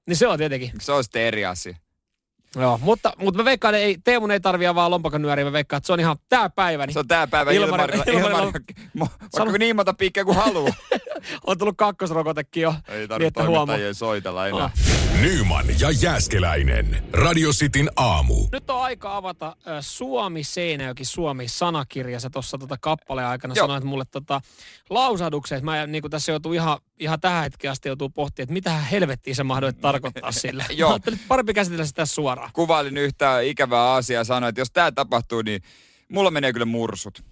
Niin se on tietenkin.
Se on sitten eri asia.
Niin. Joo, mutta, mutta mä veikkaan, että ei, Teemun ei tarvii vaan lompakon nyöriä. Mä veikkaan, että se on ihan tää päivä. Niin
Se on tää päivä
Ilmari-
Ilmarilla.
Ilmarilla-
Ilmarilla. Mo-
Sano-
Vaikka niin monta piikkiä kuin haluaa.
*laughs* on tullut kakkosrokotekin jo.
Ei
Niin, että
tarvitse
huomaa.
toimittajien soitella enää.
Ah.
Nyman ja Jääskeläinen. Radio Cityn aamu.
Nyt on aika avata äh, Suomi Seinäjoki Suomi sanakirja. Sä tuossa tota kappaleen aikana
Joo.
sanoit mulle tota lausahduksen, että mä niin tässä joutuu ihan, ihan tähän hetkeen asti joutuu pohtimaan, että mitä helvettiä se mahdollisesti
*laughs*
tarkoittaa sillä.
Mm. Joo.
Mä ajattelin, että parempi käsitellä sitä suoraan.
Kuvailin yhtä ikävää asiaa ja sanoin, että jos tää tapahtuu, niin mulla menee kyllä mursut.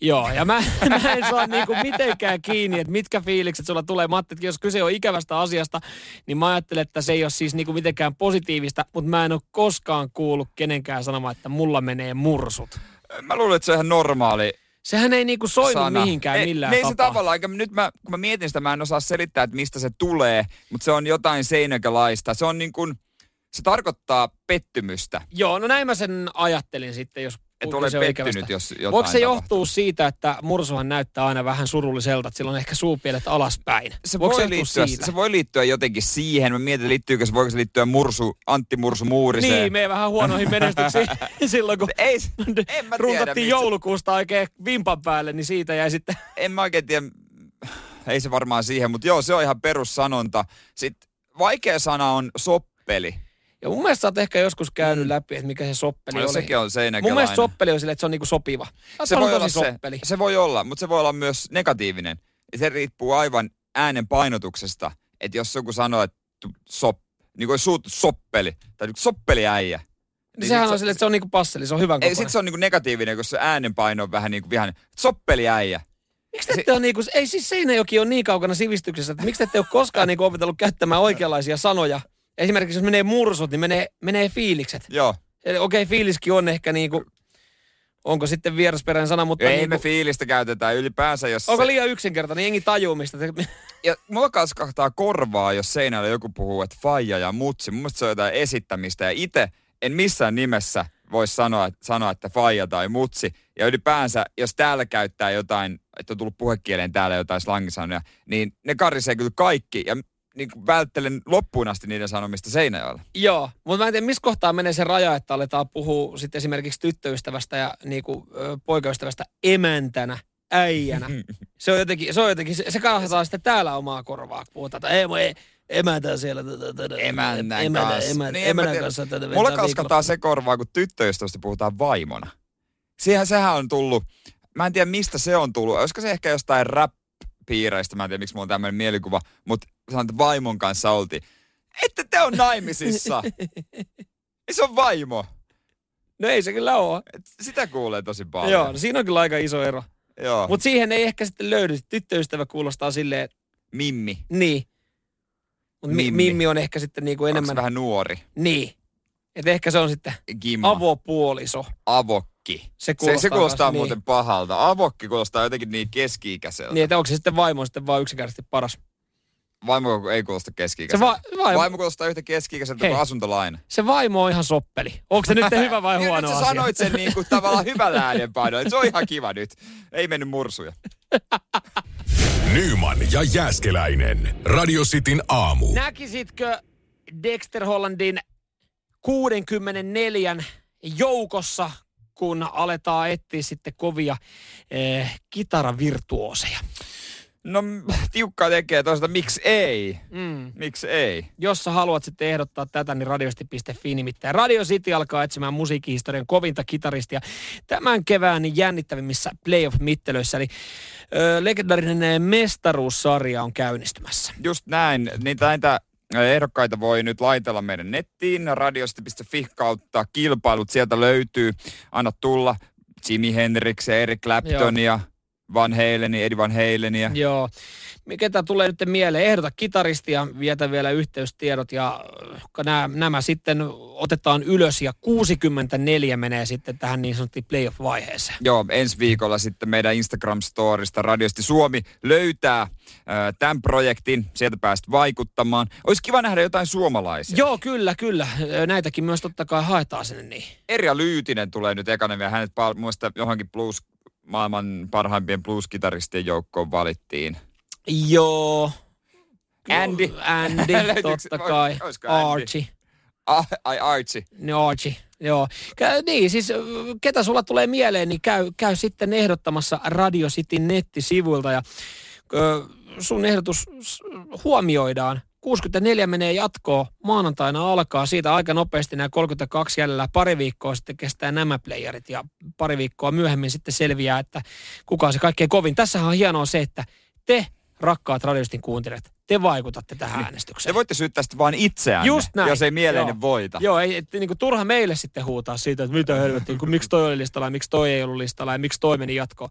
Joo, ja mä, *laughs* mä en saa niinku mitenkään kiinni, että mitkä fiilikset sulla tulee. Mä ajattelin, että jos kyse on ikävästä asiasta, niin mä ajattelen, että se ei ole siis niinku mitenkään positiivista, mutta mä en ole koskaan kuullut kenenkään sanomaan, että mulla menee mursut.
Mä luulen, että se on ihan normaali
Sehän ei niinku soinu
sana.
mihinkään
ei,
millään
ei se
tapaa.
tavallaan, eikä nyt mä, kun mä mietin sitä, mä en osaa selittää, että mistä se tulee, mutta se on jotain seinäkälaista. Se on niin kuin, se tarkoittaa pettymystä.
Joo, no näin mä sen ajattelin sitten, jos
Että
kun
olen
se on ikävästä.
pettynyt, jos jotain
Voiko se
tapahtuu.
johtuu siitä, että mursuhan näyttää aina vähän surulliselta, että sillä on ehkä suupielet alaspäin?
Se
Voiko
voi,
johtua
liittyä,
siitä?
se voi liittyä jotenkin siihen. Mä mietin, liittyykö se, voiko se liittyä Mursu, Antti Mursu Muuriseen.
Niin, me vähän
*laughs*
huonoihin menestyksiin silloin, kun *laughs*
Ei, en mä tiedä,
runtattiin
mistä-
joulukuusta oikein vimpan päälle, niin siitä jäi sitten...
en mä oikein tiedä, ei se varmaan siihen, mutta joo, se on ihan perussanonta. Sitten vaikea sana on soppeli.
Ja mun mielestä sä oot ehkä joskus käynyt läpi, että mikä se soppeli
Niin
oli.
sekin Mm. on
mun
seinäkeläinen.
mielestä soppeli on silleen, että se on niinku sopiva.
se voi, olla
tosi
se,
soppeli.
se voi olla, mutta se voi olla myös negatiivinen. Ja Se riippuu aivan äänen painotuksesta. Että jos joku sanoo, että tu- sop, niin kuin suut soppeli, tai niinku soppeli äijä.
Niin Sehän
sit
on silleen, että se on niinku passeli, se on hyvän
ei,
kokoinen.
sit se on niinku negatiivinen, kun se äänenpaino on vähän niin kuin vihainen. Soppeli äijä.
Miksi te ette ole niinku, ei siis Seinäjoki on niin kaukana sivistyksessä, että miksi te ette ole koskaan niinku opetellut käyttämään oikeanlaisia sanoja? Esimerkiksi jos menee mursut, niin menee, menee fiilikset.
Joo.
Eli Okei, fiiliskin on ehkä niinku, onko sitten vierasperäinen sana, mutta
Ei
niinku,
me fiilistä käytetään ylipäänsä, jos
onko
se-
liian yksinkertainen, niin jengi tajuu mistä. Te,
ja mulla kaskahtaa korvaa, jos seinällä joku puhuu, että faija ja mutsi. Mun mielestä se on jotain esittämistä. Ja itse en missään nimessä voi sanoa, sanoa, että faija tai mutsi. Ja ylipäänsä, jos täällä käyttää jotain, että on tullut puhekieleen täällä jotain slangisanoja, niin ne karisee kyllä kaikki. Ja niin kuin välttelen loppuun asti niiden sanomista seinäjällä.
Joo, mutta mä en tiedä, missä kohtaa menee se raja, että aletaan puhua sitten esimerkiksi tyttöystävästä ja niinku, ö, poikaystävästä emäntänä,
*laughs*
äijänä. Se on jotenkin, se, on jotenkin, se, se kaahataan sitten täällä omaa korvaa, kun puhutaan, että ei, mun ei emäntä siellä. tätä, tätä,
Emännän
emäntä,
kanssa.
Emäntä,
Niin, en mä
emänän
tiedä.
kanssa. Tätä,
Mulla
vetää viikolla.
kaskataan se korvaa, kun tyttöystävästä puhutaan vaimona. Siihen, sehän on tullut, mä en tiedä mistä se on tullut. Olisiko se ehkä jostain rap-piireistä, mä en tiedä miksi mulla on tämmöinen mielikuva, mutta sanoin, että vaimon kanssa oltiin. Että te on
*laughs*
naimisissa. Ei se on vaimo.
No ei se kyllä ole.
Et sitä kuulee tosi paljon.
Joo, no siinä on kyllä aika iso ero.
Joo. Mut...
Mutta siihen ei ehkä sitten löydy. Tyttöystävä kuulostaa silleen, että
Mimmi.
niin. Mutta Mimmi.
Mimmi.
Mimmi on ehkä sitten niinku
Enemmän.
enemmän,
Onks vähän nuori?
niin. Että ehkä se on sitten
Gimma.
avopuoliso.
Avokki.
Se kuulostaa,
Se, se kuulostaa
kanssa,
muuten pahalta. Avokki kuulostaa jotenkin niin keski-ikäiseltä.
Niin, niin, että onko se sitten vaimo sitten vaan yksinkertaisesti paras.
Vaimo ei kuulosta
Se,
keski-ikäiseltä.
va- vaimo, vaimo.
Vaimo kuulostaa yhtä keski-ikäiseltä
Hei.
kuin
*laughs*
asuntolaina.
se vaimo on ihan soppeli. Onko se *laughs* nyt hyvä vai
Niin,
huono
nyt
asia?
sä sanoit sen niinku tavallaan hyvällä äänenpainolla. että Se on ihan kiva nyt. Ei mennyt mursuja.
Nyman ja Jääskeläinen. Radio Cityn aamu.
Näkisitkö Dexter Hollandin 64 joukossa, kun aletaan etsiä sitten kovia eh, kitaravirtuoseja?
No m- tiukkaa tekee toisaalta, miksi ei?
Mm.
Miksi ei?
Jos sä haluat sitten ehdottaa tätä, niin radiosti.fi nimittäin. Radio City alkaa etsimään musiikkihistorian kovinta kitaristia tämän kevään jännittävimmissä playoff-mittelöissä. Eli ö, legendaarinen eh, mestaruussarja on käynnistymässä.
Just näin. Niitä näitä eh, ehdokkaita voi nyt laitella meidän nettiin radiosti.fi kautta kilpailut. Sieltä löytyy. Anna tulla Jimi Hendrix ja Eric Claptonia, Van Haleni, Eddie Van Halenia.
Joo. Mi- Ketä tulee nyt mieleen? Ehdota kitaristia, vietä vielä yhteystiedot ja nämä, nämä sitten otetaan ylös ja 64 menee sitten tähän niin sanottiin playoff-vaiheeseen.
Joo, ensi viikolla sitten meidän Instagram-storista Radiosti Suomi löytää ö, tämän projektin. Sieltä pääst vaikuttamaan. Olisi kiva nähdä jotain suomalaisia.
Joo, kyllä, kyllä. Ö, Näitäkin myös totta kai haetaan sinne niin.
Erja Lyytinen tulee nyt ekana vielä. Hänet pal- muista johonkin blues, maailman parhaimpien blueskitaristien joukkoon valittiin.
Joo.
Andy. *laughs*
Andy,
Löytyykö-
totta
voi-
kai.
olisiko Andy?
Archie.
Ah, ai Archie.
Niin Archie, joo. Käy, niin, siis ö, ketä sulla tulee mieleen, niin käy, käy sitten ehdottamassa Radio Cityn nettisivuilta ja ö, sun ehdotus s- huomioidaan. 64 menee jatkoon, maanantaina alkaa, siitä aika nopeasti nämä 32 jäljellä, pari viikkoa sitten kestää nämä playerit ja pari viikkoa myöhemmin sitten selviää, että kuka on se kaikkein kovin. Tässähän on hienoa se, että te rakkaat radiostin kuuntelijat, te vaikutatte tähän äänestykseen.
Te voitte syyttää sitten vaan itseään,
Just näin.
jos ei mieleinen
Joo.
voita.
Joo, ei, et, niinku, turha meille sitten huutaa siitä, että mitä helvettiä, kun miksi toi oli listalla ja miksi toi ei ollut listalla ja miksi toi meni jatkoon.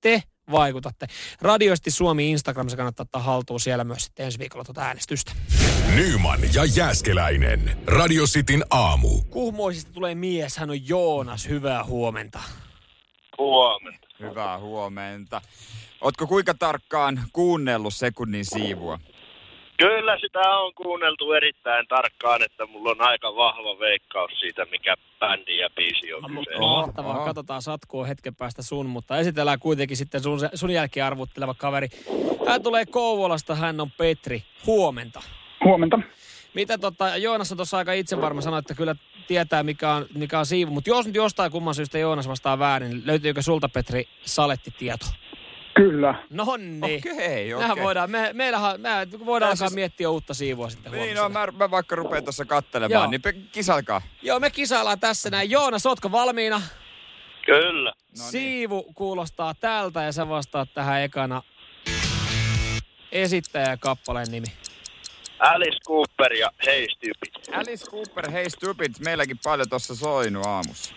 Te vaikutatte. Radioisti Suomi Instagramissa kannattaa ottaa haltuun siellä myös sitten ensi viikolla tuota äänestystä.
Nyman ja Jääskeläinen. Radio Cityn aamu.
Kuhmoisista tulee mies, hän on Joonas, hyvää huomenta.
Huomenta.
Hyvää huomenta. Ootko kuinka tarkkaan kuunnellut sekunnin siivua?
Kyllä sitä on kuunneltu erittäin tarkkaan, että mulla on aika vahva veikkaus siitä, mikä bändi ja biisi on kyseessä.
Mahtavaa,
Oho.
katsotaan satkoo hetken päästä sun, mutta esitellään kuitenkin sitten sun, sun jälkeen arvutteleva kaveri. Hän tulee Kouvolasta, hän on Petri. Huomenta.
Huomenta.
Mitä tota, Joonas on tuossa aika itse varma sanoi, että kyllä tietää mikä on, mikä on siivu, mutta jos nyt jostain kumman syystä Joonas vastaa väärin, niin löytyykö sulta Petri salettitieto?
Kyllä.
No niin.
Okei,
Mehän
okei.
voidaan, me, meillähän, me, voidaan
Tää
alkaa
siis-
miettiä uutta siivua sitten
Niin,
huomisena.
no mä, mä vaikka rupean tuossa kattelemaan,
Joo.
niin pe- kisalkaa.
Joo, me kisaillaan tässä näin. Joonas, ootko valmiina?
Kyllä.
No niin.
Siivu kuulostaa tältä ja sä vastaat tähän ekana esittäjä ja kappaleen nimi.
Alice Cooper ja Hey Stupid.
Alice Cooper, Hey Stupid, meilläkin paljon tuossa soinut aamussa.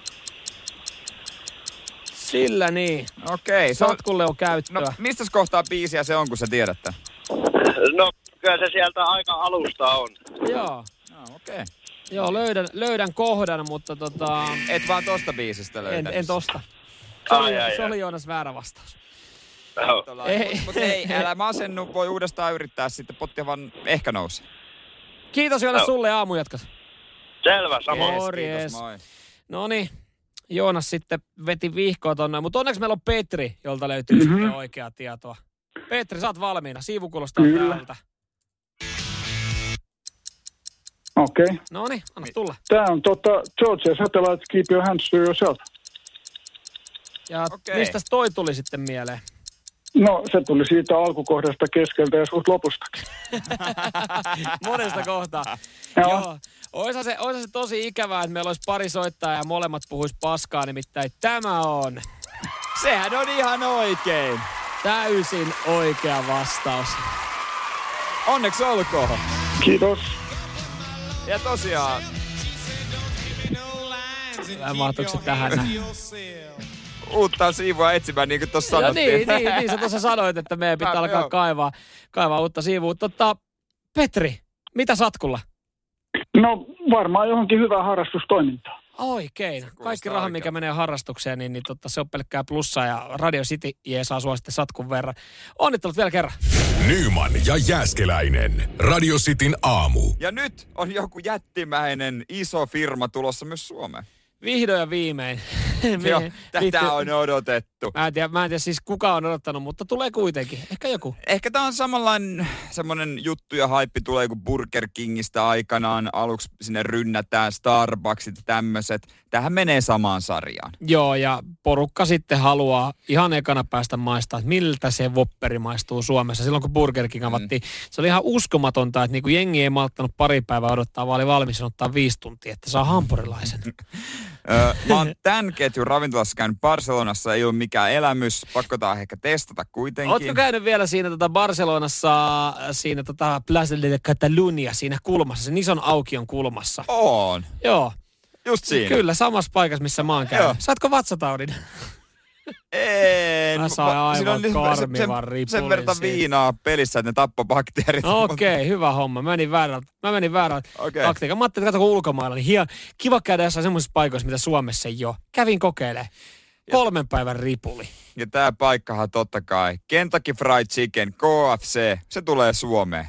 Sillä niin.
Okei, se on...
Satkulle on käyttöä.
No, mistä kohtaa biisiä se on, kun sä tiedät tämän?
No, kyllä se sieltä aika alusta on.
Joo.
No, okei.
Joo, löydän, löydän kohdan, mutta tota...
Et vaan tosta biisistä
En,
löytänyt.
en tosta. Se
Ai,
oli,
ai,
se
ai.
oli Joonas väärä vastaus.
No,
Ei. Mut, mut ei, älä masennu, voi uudestaan yrittää sitten, pottia vaan ehkä nousee.
Kiitos Joonas
Joo.
sulle ja aamujatkot.
selvä, sama.
Yes. Morjes.
Kiitos, moi.
No niin, Joonas sitten veti vihkoa tonne, mutta onneksi meillä on Petri, jolta löytyy
Mhm.
mm-hmm. sitten oikeaa tietoa. Petri, sä oot valmiina. Siivu kuulostaa
Kyllä.
täältä.
Okei. Okay.
No niin, anna tulla.
Tämä on tota, Georgia Satellite Keep Your Hands to Yourself.
Ja okay.
Okei.
mistäs toi tuli sitten mieleen? *laughs*
No, se tuli siitä alkukohdasta keskeltä ja suht lopustakin.
Monesta kohtaa.
Joo.
Joo. Oisa se, oisa se tosi ikävää, että meillä olisi pari soittajaa ja molemmat puhuis paskaa, nimittäin tämä on
Sehän on ihan oikein.
täysin oikea vastaus.
Onneksi olkoon.
Kiitos.
Ja tosiaan,
Hyvä mahtuuko se tähän näin?
uutta siivua etsimään, niin kuin tuossa
No
sanottiin.
niin, niin, niin, sä tuossa sanoit, että meidän pitää
Mä-
alkaa
joo.
kaivaa, kaivaa uutta sivua. Totta, Petri, mitä satkulla?
No, varmaan johonkin hyvää harrastustoimintaa.
Oikein. Kaikki
kuulostaa
raha,
oikealta.
mikä menee harrastukseen, niin, niin totta, se on pelkkää plussaa ja Radio City jeesaa sua sitten satkun verran. Onnittelut vielä kerran.
Nyman ja Jääskeläinen. Radio Cityn aamu.
Ja nyt on joku jättimäinen iso firma tulossa myös Suomeen.
Vihdoin ja viimein.
Joo,
*laughs* Me-
tätä on odotettu. vittu.
Mä en, tiedä, mä en tiedä siis kuka on odottanut, mutta tulee kuitenkin. Ehkä joku.
Ehkä tämä on samanlainen semmoinen juttu ja haippi tulee kuin Burger Kingistä aikanaan. Aluksi sinne rynnätään Starbucksit ja tämmöiset. Tähän menee samaan sarjaan.
Joo, ja porukka sitten haluaa ihan ekana päästä maistaa, että miltä se vopperi maistuu Suomessa. Silloin kun Burger King
Mm.
avattiin, se oli ihan uskomatonta, että niinku jengi ei malttanut pari päivää odottaa, vaan oli valmis ottaa viisi tuntia, että saa hampurilaisen.
Mm. Öö, mä
*laughs*
oon tämän ketjun ravintolassa käynyt Barcelonassa, ei ole mikään elämys. Pakko tää ehkä testata kuitenkin.
Ootko käynyt vielä siinä tota Barcelonassa, äh, siinä tota Plaza de Catalunya, siinä kulmassa, sen ison aukion kulmassa?
On.
Joo,
Just siinä.
kyllä, samassa paikassa, missä mä oon
Joo.
käynyt. Saatko vatsataudin?
En.
Mä sain
Va- siinä
aivan
oli niin-
karmivan
sen,
ripulin
sen verran
siitä.
viinaa pelissä, että ne tappoi bakteerit.
No
*laughs*
Okei, okay, hyvä homma. Mä menin väärältä. Mä menin väärältä.
Okei.
Okay. Taktiikka. Mä ajattelin, että kato, kun ulkomailla, niin hie, kiva käydä jossain semmoisissa paikoissa, mitä Suomessa ei ole. Kävin kokeilemaan. Kolmen päivän ripuli.
Ja tämä paikkahan totta kai. Kentucky Fried Chicken, KFC, se tulee Suomeen.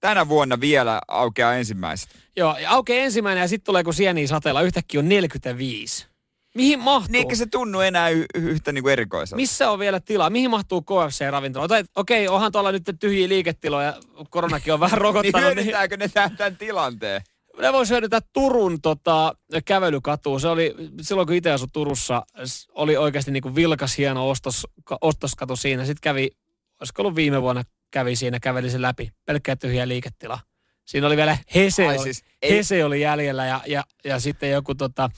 Tänä vuonna vielä aukeaa ensimmäiset.
Joo, ja aukeaa ensimmäinen ja sitten tulee kun sieniä sateella. Yhtäkkiä on 45. Mihin mahtuu?
Niin eikä se tunnu enää y- y- yhtä niinku erikoiselta.
Missä on vielä tilaa? Mihin mahtuu KFC-ravintola? Tai, Okei, onhan tuolla nyt tyhjiä liiketiloja. Koronakin on vähän
niin
rokottanut. niin
hyödyntääkö ne tämän, tämän tilanteen?
ne voisi hyödyntää Turun tota, kävelykatua. Se oli, silloin kun itse asui Turussa, s- oli oikeasti niin kuin vilkas hieno ostos, ka- ostoskatu siinä. Sitten kävi, olisiko ollut viime vuonna, kävi siinä, käveli sen läpi. Pelkkää tyhjää liiketilaa. Siinä oli vielä Hese,
Ai
oli,
siis
siis,
ei-
Hese oli jäljellä ja, ja, ja sitten joku tota,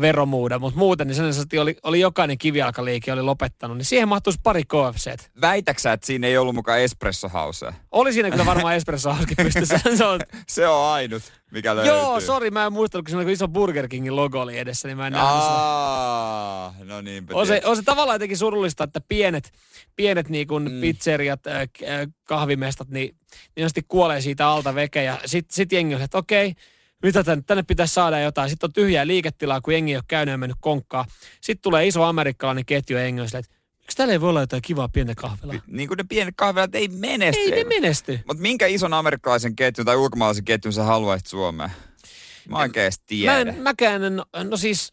veromuuda, mutta muuten niin sanotusti oli, oli jokainen kivijalkaliike oli lopettanut, niin siihen mahtuisi pari KFCt.
Väitäksä, että siinä ei ollut mukaan espresso housea?
Oli siinä kyllä varmaan espresso halki pystyssä. Se on-
*laughs* Se on ainut, mikä löytyy.
Joo, sori, mä en muistanut, kun siinä oli iso Burger Kingin logo oli edessä, niin mä en nähnyt sitä.
Aa, no niinpä
On se,
tietysti.
on se tavallaan jotenkin surullista, että pienet, pienet niin kuin
Mm.
mm. pizzeriat, äh, k- äh, kahvimestat, niin niin sitten kuolee siitä alta veke. Ja sitten sit jengi on, se, että okei, mitä tänne, tänne pitäisi saada jotain. Sitten on tyhjää liiketilaa, kun jengi ei ole käynyt ja mennyt konkkaan. Sitten tulee iso amerikkalainen ketju ja jengi on silleen, että miksi täällä ei voi olla jotain kivaa pientä kahvilaa?
Niin kuin ne pienet kahvilat ei menesty.
Ei ne menesty.
Mutta minkä ison amerikkalaisen ketjun tai ulkomaalaisen ketjun sä haluaisit Suomeen? Mä oikeesti
Mä
tiedän.
en, mäkään en, no siis,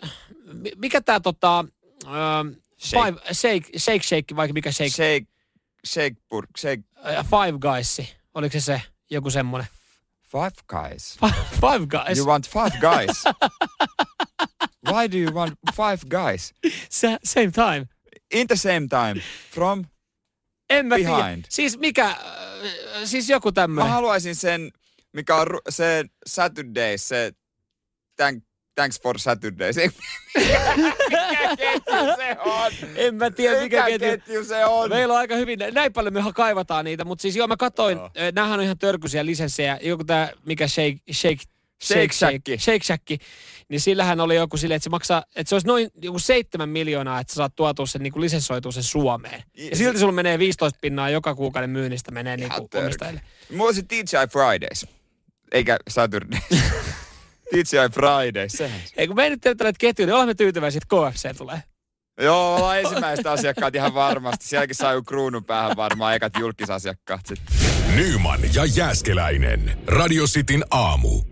mi- mikä tää tota, äh,
Shake.
five, shake, shake, shake, vai mikä shake, shake.
Shake, shake, burg, shake,
five guys, oliko se se, joku semmonen? *laughs*
five guys.
Five Guys.
You want five guys? *laughs* Why do you want five guys?
Sa- same time.
In the same time. From?
En mä
Behind.
tiedä. Siis mikä, äh, siis joku
Mä
tämmöinen.
haluaisin sen, mikä on ru- se Saturday, se thank, thanks for Saturday. Se, mikä ketju se on?
En mä tiedä mikä ketju.
se on?
Meillä on aika hyvin, näin paljon me kaivataan niitä, mutta siis joo mä katoin,
Joo.
no. näähän on ihan törkyisiä lisenssejä, joku tää, mikä shake, shake,
Shake Shack.
Shake, shake Shack, niin sillähän oli joku sille, että se maksaa, että se olisi noin joku seitsemän miljoonaa, että sä saat tuotua sen, niin kuin lisenssoitua sen Suomeen.
I-
Ja silti sulla menee 15 pinnaa joka kuukauden myynnistä menee niin
Ihan
kuin omistajille.
Mulla olisi TGI Fridays, eikä *laughs* Saturday. TGI Fridays, sehän se.
Ei kun me ei nyt tehdä tällä ketjuja, niin ollaan me tyytyväisiä, että KFC tulee.
Joo, ollaan ensimmäiset asiakkaat ihan varmasti. Sielläkin saa joku kruunun päähän varmaan ekat julkisasiakkaat sitten.
Nyman ja Jääskeläinen. Radio Cityn aamu.